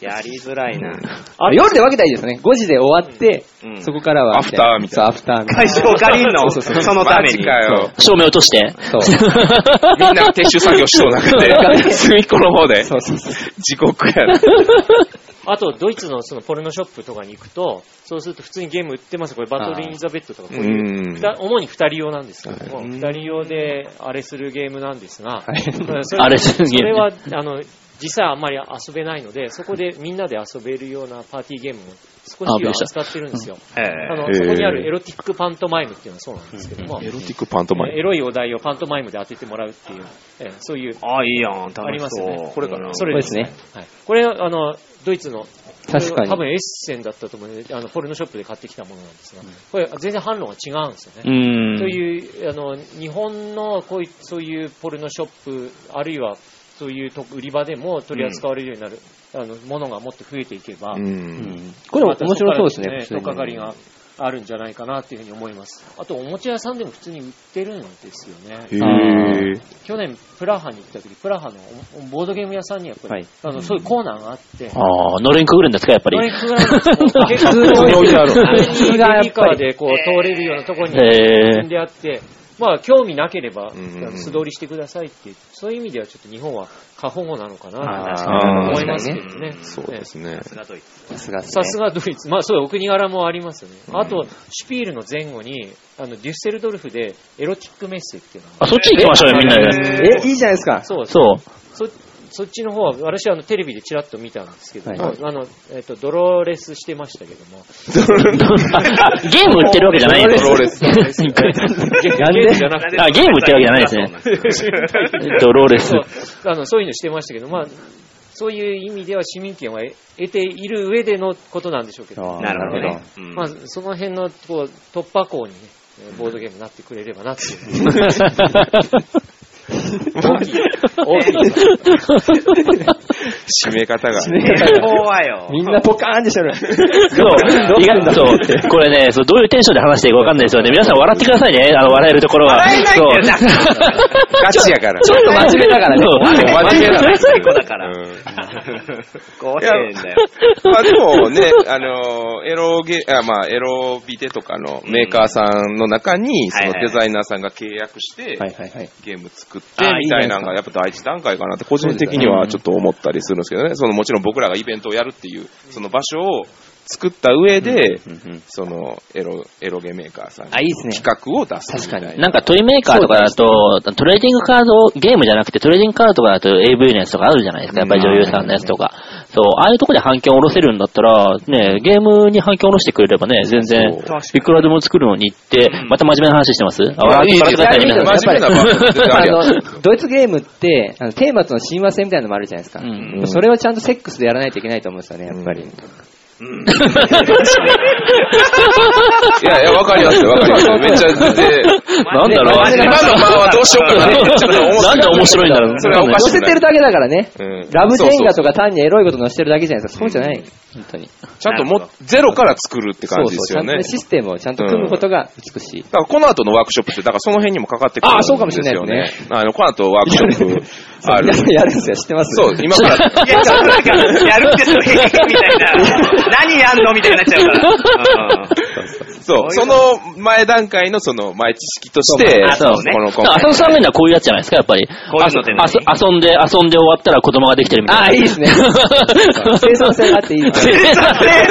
Speaker 5: やりづらいな。
Speaker 1: あ
Speaker 4: 夜で分けたらいいですよね。5時で終わって、
Speaker 5: うん
Speaker 4: そこからは。
Speaker 3: アフターみたいな
Speaker 4: そう、アフターみたい
Speaker 5: 会
Speaker 4: な。
Speaker 5: 場借りんの、
Speaker 4: そうそう
Speaker 5: そのた
Speaker 3: マ
Speaker 5: め
Speaker 3: ジ
Speaker 5: に。
Speaker 3: かよ。
Speaker 2: 照明落として。
Speaker 4: そう。
Speaker 3: みんな撤収作業しそうなで、隅っこの方で。
Speaker 4: そうそうそう。
Speaker 3: 地獄やな。
Speaker 1: あと、ドイツのそのポルノショップとかに行くと、そうすると普通にゲーム売ってます。これバトルインザベッドとかこう
Speaker 3: う
Speaker 1: いう。
Speaker 3: ん。
Speaker 1: ふた主に二人用なんですけども、
Speaker 5: はい
Speaker 1: 二人用であれするゲームなんですが、
Speaker 4: はい
Speaker 1: そ
Speaker 2: あれするゲーム
Speaker 1: それは、あの、実際あんまり遊べないので、そこでみんなで遊べるようなパーティーゲームを少
Speaker 2: あ
Speaker 1: し
Speaker 2: びっくりした
Speaker 1: 扱ってるんですよ。
Speaker 5: え
Speaker 1: あ
Speaker 5: え
Speaker 1: の、
Speaker 3: へー
Speaker 1: そこにあるエロティックパントマイムっていうのはそうなんですけども、
Speaker 3: エロティックパントマ
Speaker 1: えー
Speaker 3: イ
Speaker 1: エロいお題をパントマイムで当ててもらうっていう、えーそういう、
Speaker 5: あ、いいやん、楽しそう。
Speaker 1: ありますよね。
Speaker 5: うん
Speaker 1: それ
Speaker 4: こ
Speaker 1: で
Speaker 4: れですす
Speaker 1: ね
Speaker 4: ね。
Speaker 1: はいこれ、あの、ドイツの、
Speaker 4: 確かに
Speaker 1: 多分エッセンだったと思うのであの、ポルノショップで買ってきたものなんですが、これ、全然販路が違うんですよね。
Speaker 2: うん。
Speaker 1: という、あの、日本のこういそういうポルノショップ、あるいはそういうとこ売り場でも取り扱われるようになる、あの、ものがもっと増えていけば、
Speaker 3: ム。うん。
Speaker 4: これも面白そうですね、普
Speaker 1: またそ
Speaker 4: 通
Speaker 1: こからね取
Speaker 4: に。
Speaker 1: っかかりがあるんじゃないかなっていうふうに思います。あと、おもちゃ屋さんでも普通に売ってるんですよ
Speaker 3: へ
Speaker 1: ね。
Speaker 3: ぇー。
Speaker 1: 去年、プラハに行った時、プラハのおボードゲーム屋さんにやっぱり、
Speaker 4: はい
Speaker 1: あの、そういうコーナーがあって、
Speaker 2: ああ、のれんくぐるんですか、やっぱり。
Speaker 1: どれくらいの結構
Speaker 4: 普通に置いてある
Speaker 1: 普通にベビーカーでこう
Speaker 5: 普通
Speaker 1: 通
Speaker 5: がやっぱり
Speaker 1: れるようなところに
Speaker 2: へ
Speaker 1: 積んであって、まあ、興味なければ、あ
Speaker 3: うん
Speaker 1: の素通りしてくださいって、そういう意味ではちょっと日本は過保護なのかな
Speaker 5: あ
Speaker 1: と
Speaker 5: 確
Speaker 3: かに
Speaker 1: 思いますけどね。
Speaker 3: そう
Speaker 1: ね
Speaker 3: ですね
Speaker 5: さ。すがドイツ。
Speaker 4: さすがです
Speaker 1: さ
Speaker 4: ね。
Speaker 1: すがドイツ。まあ、そういうお国柄もありますよね。
Speaker 3: うん
Speaker 1: あと、シュピールの前後に、あの、デュッセルドルフでエロティックメッセっていうのが。
Speaker 2: あ、そっち行きましょうよ、みんなで。
Speaker 4: え、いいじゃないですか。
Speaker 1: そうです
Speaker 2: そう。
Speaker 1: そそっちの方は、私はあのテレビでちらっと見たんですけども、
Speaker 4: はい
Speaker 1: あの、えっ、と、ドローレスしてましたけど も、
Speaker 2: あ、ゲーム売ってるわけじゃないんです
Speaker 3: ドローレス
Speaker 1: ドローレスねゲ
Speaker 4: なんで
Speaker 1: ゲームじゃなくて、
Speaker 2: あゲーム売ってるわけじゃないですねドローレス
Speaker 1: そ。うあのそういうのしてましたけど、まあ、そういう意味では市民権は得得ている上でのことなんでしょうけど、
Speaker 4: あー
Speaker 5: なるほど
Speaker 4: なる
Speaker 5: ね
Speaker 4: ほ。
Speaker 5: うん
Speaker 1: まあ、その辺のこう突破口にね、えーボードゲームになってくれればなっていう。大きい。 大きい。
Speaker 3: 締め方が。
Speaker 5: 結構はよ。
Speaker 4: みんなポカーンってしてる。
Speaker 2: そう、意外と、そう、これね、そう、どういうテンションで話していいかわかんないですよね。皆さん笑ってくださいね、あの、笑えるところは。
Speaker 5: 笑えないんだよな
Speaker 2: そう。
Speaker 3: ガチやから。
Speaker 4: ちょっと真面目だからね。
Speaker 2: そう
Speaker 3: 真面目だから。
Speaker 5: 真面目だから
Speaker 3: うん
Speaker 5: 怖いんだよ。
Speaker 3: まあでも ね、あの、エロゲ、あまあエロビデとかのメーカーさんの中に、
Speaker 5: ん
Speaker 3: そのデザイナーさんが契約して、
Speaker 4: はいはいはい。
Speaker 3: ゲーム作って
Speaker 4: あー
Speaker 3: みたいなのがやっぱ第一段階かなって個人的にはちょっと思ったりするんですけどね、そのもちろん僕らがイベントをやるっていう、その場所を作った上で、そのエロ、エロゲメーカーさんに
Speaker 4: あ、いいですね。
Speaker 3: 企画を出すみたいな。
Speaker 2: なんかトイメーカーとかだと、トレーディングカード、ゲームじゃなくてトレーディングカードとかだと AV のやつとかあるじゃないですか、やっぱり女優さんのやつとか。そう、ああいうとこで反響を下ろせるんだったら、ね、ゲームに反響を下ろしてくれればね、全然
Speaker 5: そう、
Speaker 2: いくらでも作るのにって
Speaker 5: う、ん
Speaker 2: また真面目な話してますあ、
Speaker 3: あ
Speaker 2: 笑
Speaker 3: いい
Speaker 2: って
Speaker 3: です
Speaker 2: くださいね、
Speaker 4: いやい
Speaker 2: 皆
Speaker 4: や
Speaker 2: さん。
Speaker 3: 真面目な場合絶対あ
Speaker 4: あ
Speaker 3: りや
Speaker 4: の、ドイツゲームって、あのテーマとの親和性みたいなのもあるじゃないですか。
Speaker 2: うん
Speaker 3: うん
Speaker 4: それをちゃんとセックスでやらないといけないと思うんですよね、やっぱり。
Speaker 3: いやいや、わかりますよ、わかりますよ。めっちゃ、で、
Speaker 2: なんだろう
Speaker 3: 今のまあはどうしようかなって、ちょっと思って
Speaker 2: なんで面白いんだろう。
Speaker 3: それはおか
Speaker 4: 寄
Speaker 3: し
Speaker 4: せ
Speaker 3: くな
Speaker 4: てる
Speaker 3: い。
Speaker 4: だけだからね。
Speaker 3: うん
Speaker 4: ラブジェンガとか単にエロいこと載せてるだけじゃないですか。そうじゃない。本当に。
Speaker 3: ちゃんとも、ゼロから作るって感じですよ
Speaker 4: そうそうちゃん
Speaker 3: ね
Speaker 4: と。システムをちゃんと組むことが美しい。
Speaker 3: だからこの後のワークショップって、だからその辺にもかかってくるん
Speaker 4: あ
Speaker 3: で
Speaker 4: ー
Speaker 3: す
Speaker 4: そう
Speaker 3: よ
Speaker 4: か
Speaker 3: ね。
Speaker 4: もしれないです
Speaker 3: ね。あの、この後ワークショ ップある
Speaker 4: や。るやるんですよ。知ってます
Speaker 3: そう、今 から。
Speaker 5: いや、ちょっとなんか、やるんですよ、へへへみたいな。何やんのみたいになっちゃう から。
Speaker 3: そう、その前段階のその前知識とし
Speaker 5: そう
Speaker 3: て、
Speaker 5: あそうね
Speaker 3: この今
Speaker 2: 浅野さんのはこういうやつじゃないですか、やっぱり。
Speaker 5: こういうのって何
Speaker 2: あそあそ遊んで、遊んで終わったら子供ができてるみたいな。
Speaker 4: ああ、いい ですね。生産性があっていいですね。
Speaker 5: うん。撮影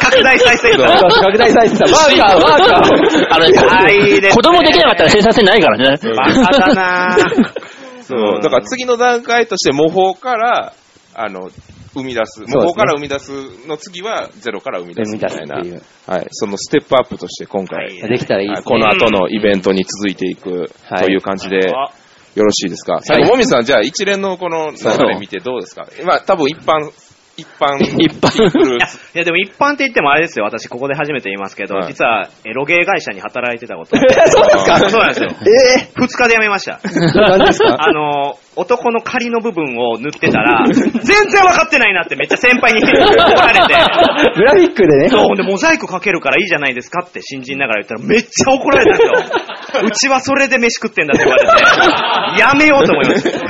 Speaker 5: 拡大再生
Speaker 3: そう
Speaker 4: 拡大再生さ、ワーカー、ワーカー。
Speaker 2: あのね
Speaker 5: あいいですね
Speaker 2: 子供できなかったら生産性ないからね。
Speaker 5: バカだなぁ。
Speaker 3: そう、だから次の段階として模倣から、あの、生み出す。
Speaker 4: すね
Speaker 3: 模倣から生み出すの次はゼロから生み出すみたいな。
Speaker 4: 生み出すっ
Speaker 3: はい。そのステップアップとして今回、
Speaker 5: はい
Speaker 4: できたらいいで
Speaker 3: は
Speaker 4: す
Speaker 3: いこ
Speaker 4: ね。
Speaker 3: の後のイベントに続いていく
Speaker 4: はい
Speaker 3: という感じで、よろしいですか。最後、もみさん、じゃあ一連のこの流れ見てどうですかまあ多分一般、 一般、
Speaker 2: 一般
Speaker 3: シンプル
Speaker 5: いや、いやでも一般って言ってもあれですよ。私ここで初めて言いますけど、
Speaker 3: はい
Speaker 5: 実はエロゲー会社に働いてたこと。
Speaker 4: そうです
Speaker 3: あ
Speaker 4: か
Speaker 3: ー
Speaker 5: そうなんですよ。え二日で辞めました。
Speaker 4: 何ですか
Speaker 5: あの、男の仮の部分を塗ってたら、全然分かってないなってめっちゃ先輩に怒られて。
Speaker 4: グラフィッ クでね。
Speaker 5: そう、ほんで、モザイクかけるからいいじゃないですかって新人ながら言ったらめっちゃ怒られたんです よ。うちはそれで飯食ってんだって言われて、やめようと思いまし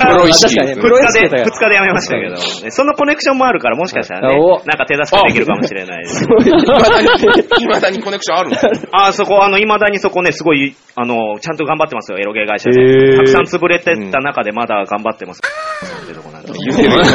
Speaker 5: た。
Speaker 3: プロ意
Speaker 4: 確
Speaker 3: 識
Speaker 4: かにね
Speaker 5: 二
Speaker 4: プロ意
Speaker 5: 日
Speaker 4: 識
Speaker 5: で、
Speaker 4: だよ
Speaker 5: 二日でやめましたけど、そのコネクションもあるから、もしかしたらね
Speaker 4: お、
Speaker 5: なんか手助けできるかもしれないです。
Speaker 3: いまだにコネクションあるんですね
Speaker 5: あそこ、あの、未だにそこね、すごい、あの、ちゃんと頑張ってますよ、エロゲー会社
Speaker 4: へー
Speaker 5: で。たくさん潰れてった中でまだ頑張ってます。ってとこなんで。
Speaker 3: 言っ てるよね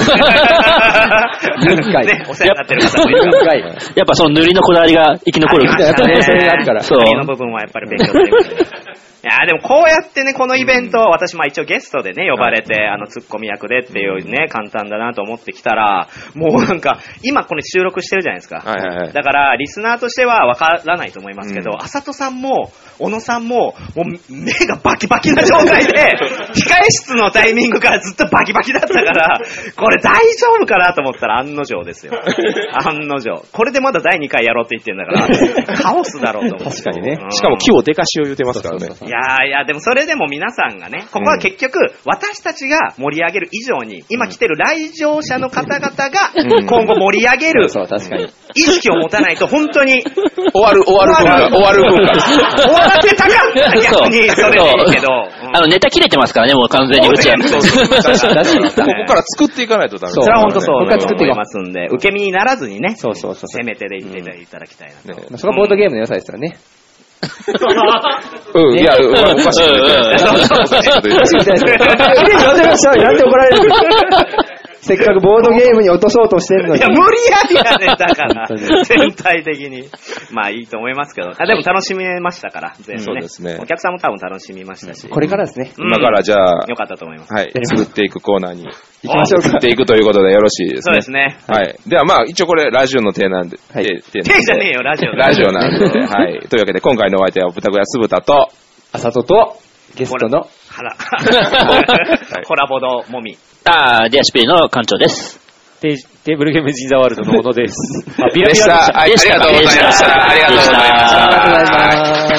Speaker 4: 言うかい
Speaker 5: ね、お世話になってる方もいるから。
Speaker 4: 深い。
Speaker 2: やっぱその塗りのこだわりが生き残る。
Speaker 5: ありまし
Speaker 4: やったぱ
Speaker 5: ね
Speaker 4: りそれがあるから。
Speaker 2: そう
Speaker 5: 国の部分はやっぱり勉強になりましたね。いやーでもこうやってね、このイベント、私まあ一応ゲストでね、呼ばれて、あの、ツッコミ役でっていうね、簡単だなと思ってきたら、もうなんか、今これ収録してるじゃないですか。
Speaker 3: はいはいはい
Speaker 5: だから、リスナーとしてはわからないと思いますけど、あさとさんも、小野さんも、もう目がバキバキな状態で、控え室のタイミングからずっとバキバキだったから、これ大丈夫かなと思ったら案の定ですよ。案の定。これでまだ第2回やろうって言ってんだから、カオスだろうと思って。
Speaker 4: 確かにね
Speaker 5: うん
Speaker 3: しかも、木をでかしを言うてますからね。
Speaker 5: いやーいや、でもそれでも皆さんがね、ここは結局、私たちが盛り上げる以上に、今来てる来場者の方々が、
Speaker 3: うん
Speaker 5: 今後盛り上げる
Speaker 4: そう、確かに。
Speaker 5: 意識を持たないと、本当に、
Speaker 3: 終わる、終わる文化、終わる文化です。
Speaker 5: 終わらせたかった逆に、それでいいけど。うん
Speaker 2: あの、ネタ切れてますからね、もう完全に。うちは。
Speaker 3: そうそうそう確かに
Speaker 5: 確かに
Speaker 3: ここから作っていかないとダメ
Speaker 4: そう
Speaker 5: それは本当そう
Speaker 4: ここ
Speaker 5: だ
Speaker 4: か
Speaker 5: と
Speaker 4: ら作って
Speaker 5: 思
Speaker 4: い
Speaker 5: い
Speaker 4: こ
Speaker 5: うますんで、受け身にならずにね、
Speaker 4: そうそうそうそう
Speaker 5: せめてで言っていただきたいなと。
Speaker 4: まあそこはボードゲームの良さですよ ね。
Speaker 3: うん、いや、うんおかしいこと言ってない
Speaker 2: うん
Speaker 3: おかしいこと言って
Speaker 4: 確
Speaker 3: ない
Speaker 4: かに確かに。やってらっしゃい。なんで怒られるせっかくボードゲームに落とそうとしてるの
Speaker 5: い
Speaker 4: に
Speaker 5: や、。無理やりやね、だから
Speaker 4: 本当、
Speaker 5: 全体的に。まあいいと思いますけど。あでも楽しめましたから、全部ね。
Speaker 3: そうですね
Speaker 5: お客さんも多分楽しみましたし。
Speaker 4: これからですね。
Speaker 5: うん
Speaker 3: 今からじゃあ、
Speaker 5: よかったと思います。
Speaker 3: はい、作っていくコーナーに行
Speaker 5: きましょう
Speaker 3: 作っていくということでよろしいです
Speaker 5: そう
Speaker 3: ね
Speaker 5: で。すね。
Speaker 3: はい。ではまあ、一応これラジオの手なんで、
Speaker 4: はい
Speaker 3: 手
Speaker 5: 手じゃねえよ、ラジオ。
Speaker 3: ラジオなんで、はい。というわけで、今回のお相手は、豚小屋酢豚と、
Speaker 4: あさとと、ゲストの、
Speaker 5: 腹。
Speaker 3: はい
Speaker 5: コラボのもみ。
Speaker 2: あー、ディアシピリの館長です。
Speaker 1: テージテーブルゲームジンザワールドの 小野です。あ、ビラ
Speaker 3: で
Speaker 1: ビ
Speaker 3: し
Speaker 1: ラでした
Speaker 3: た。はい、ありがとうございました。ありがとうございました。
Speaker 4: ありがとうございます。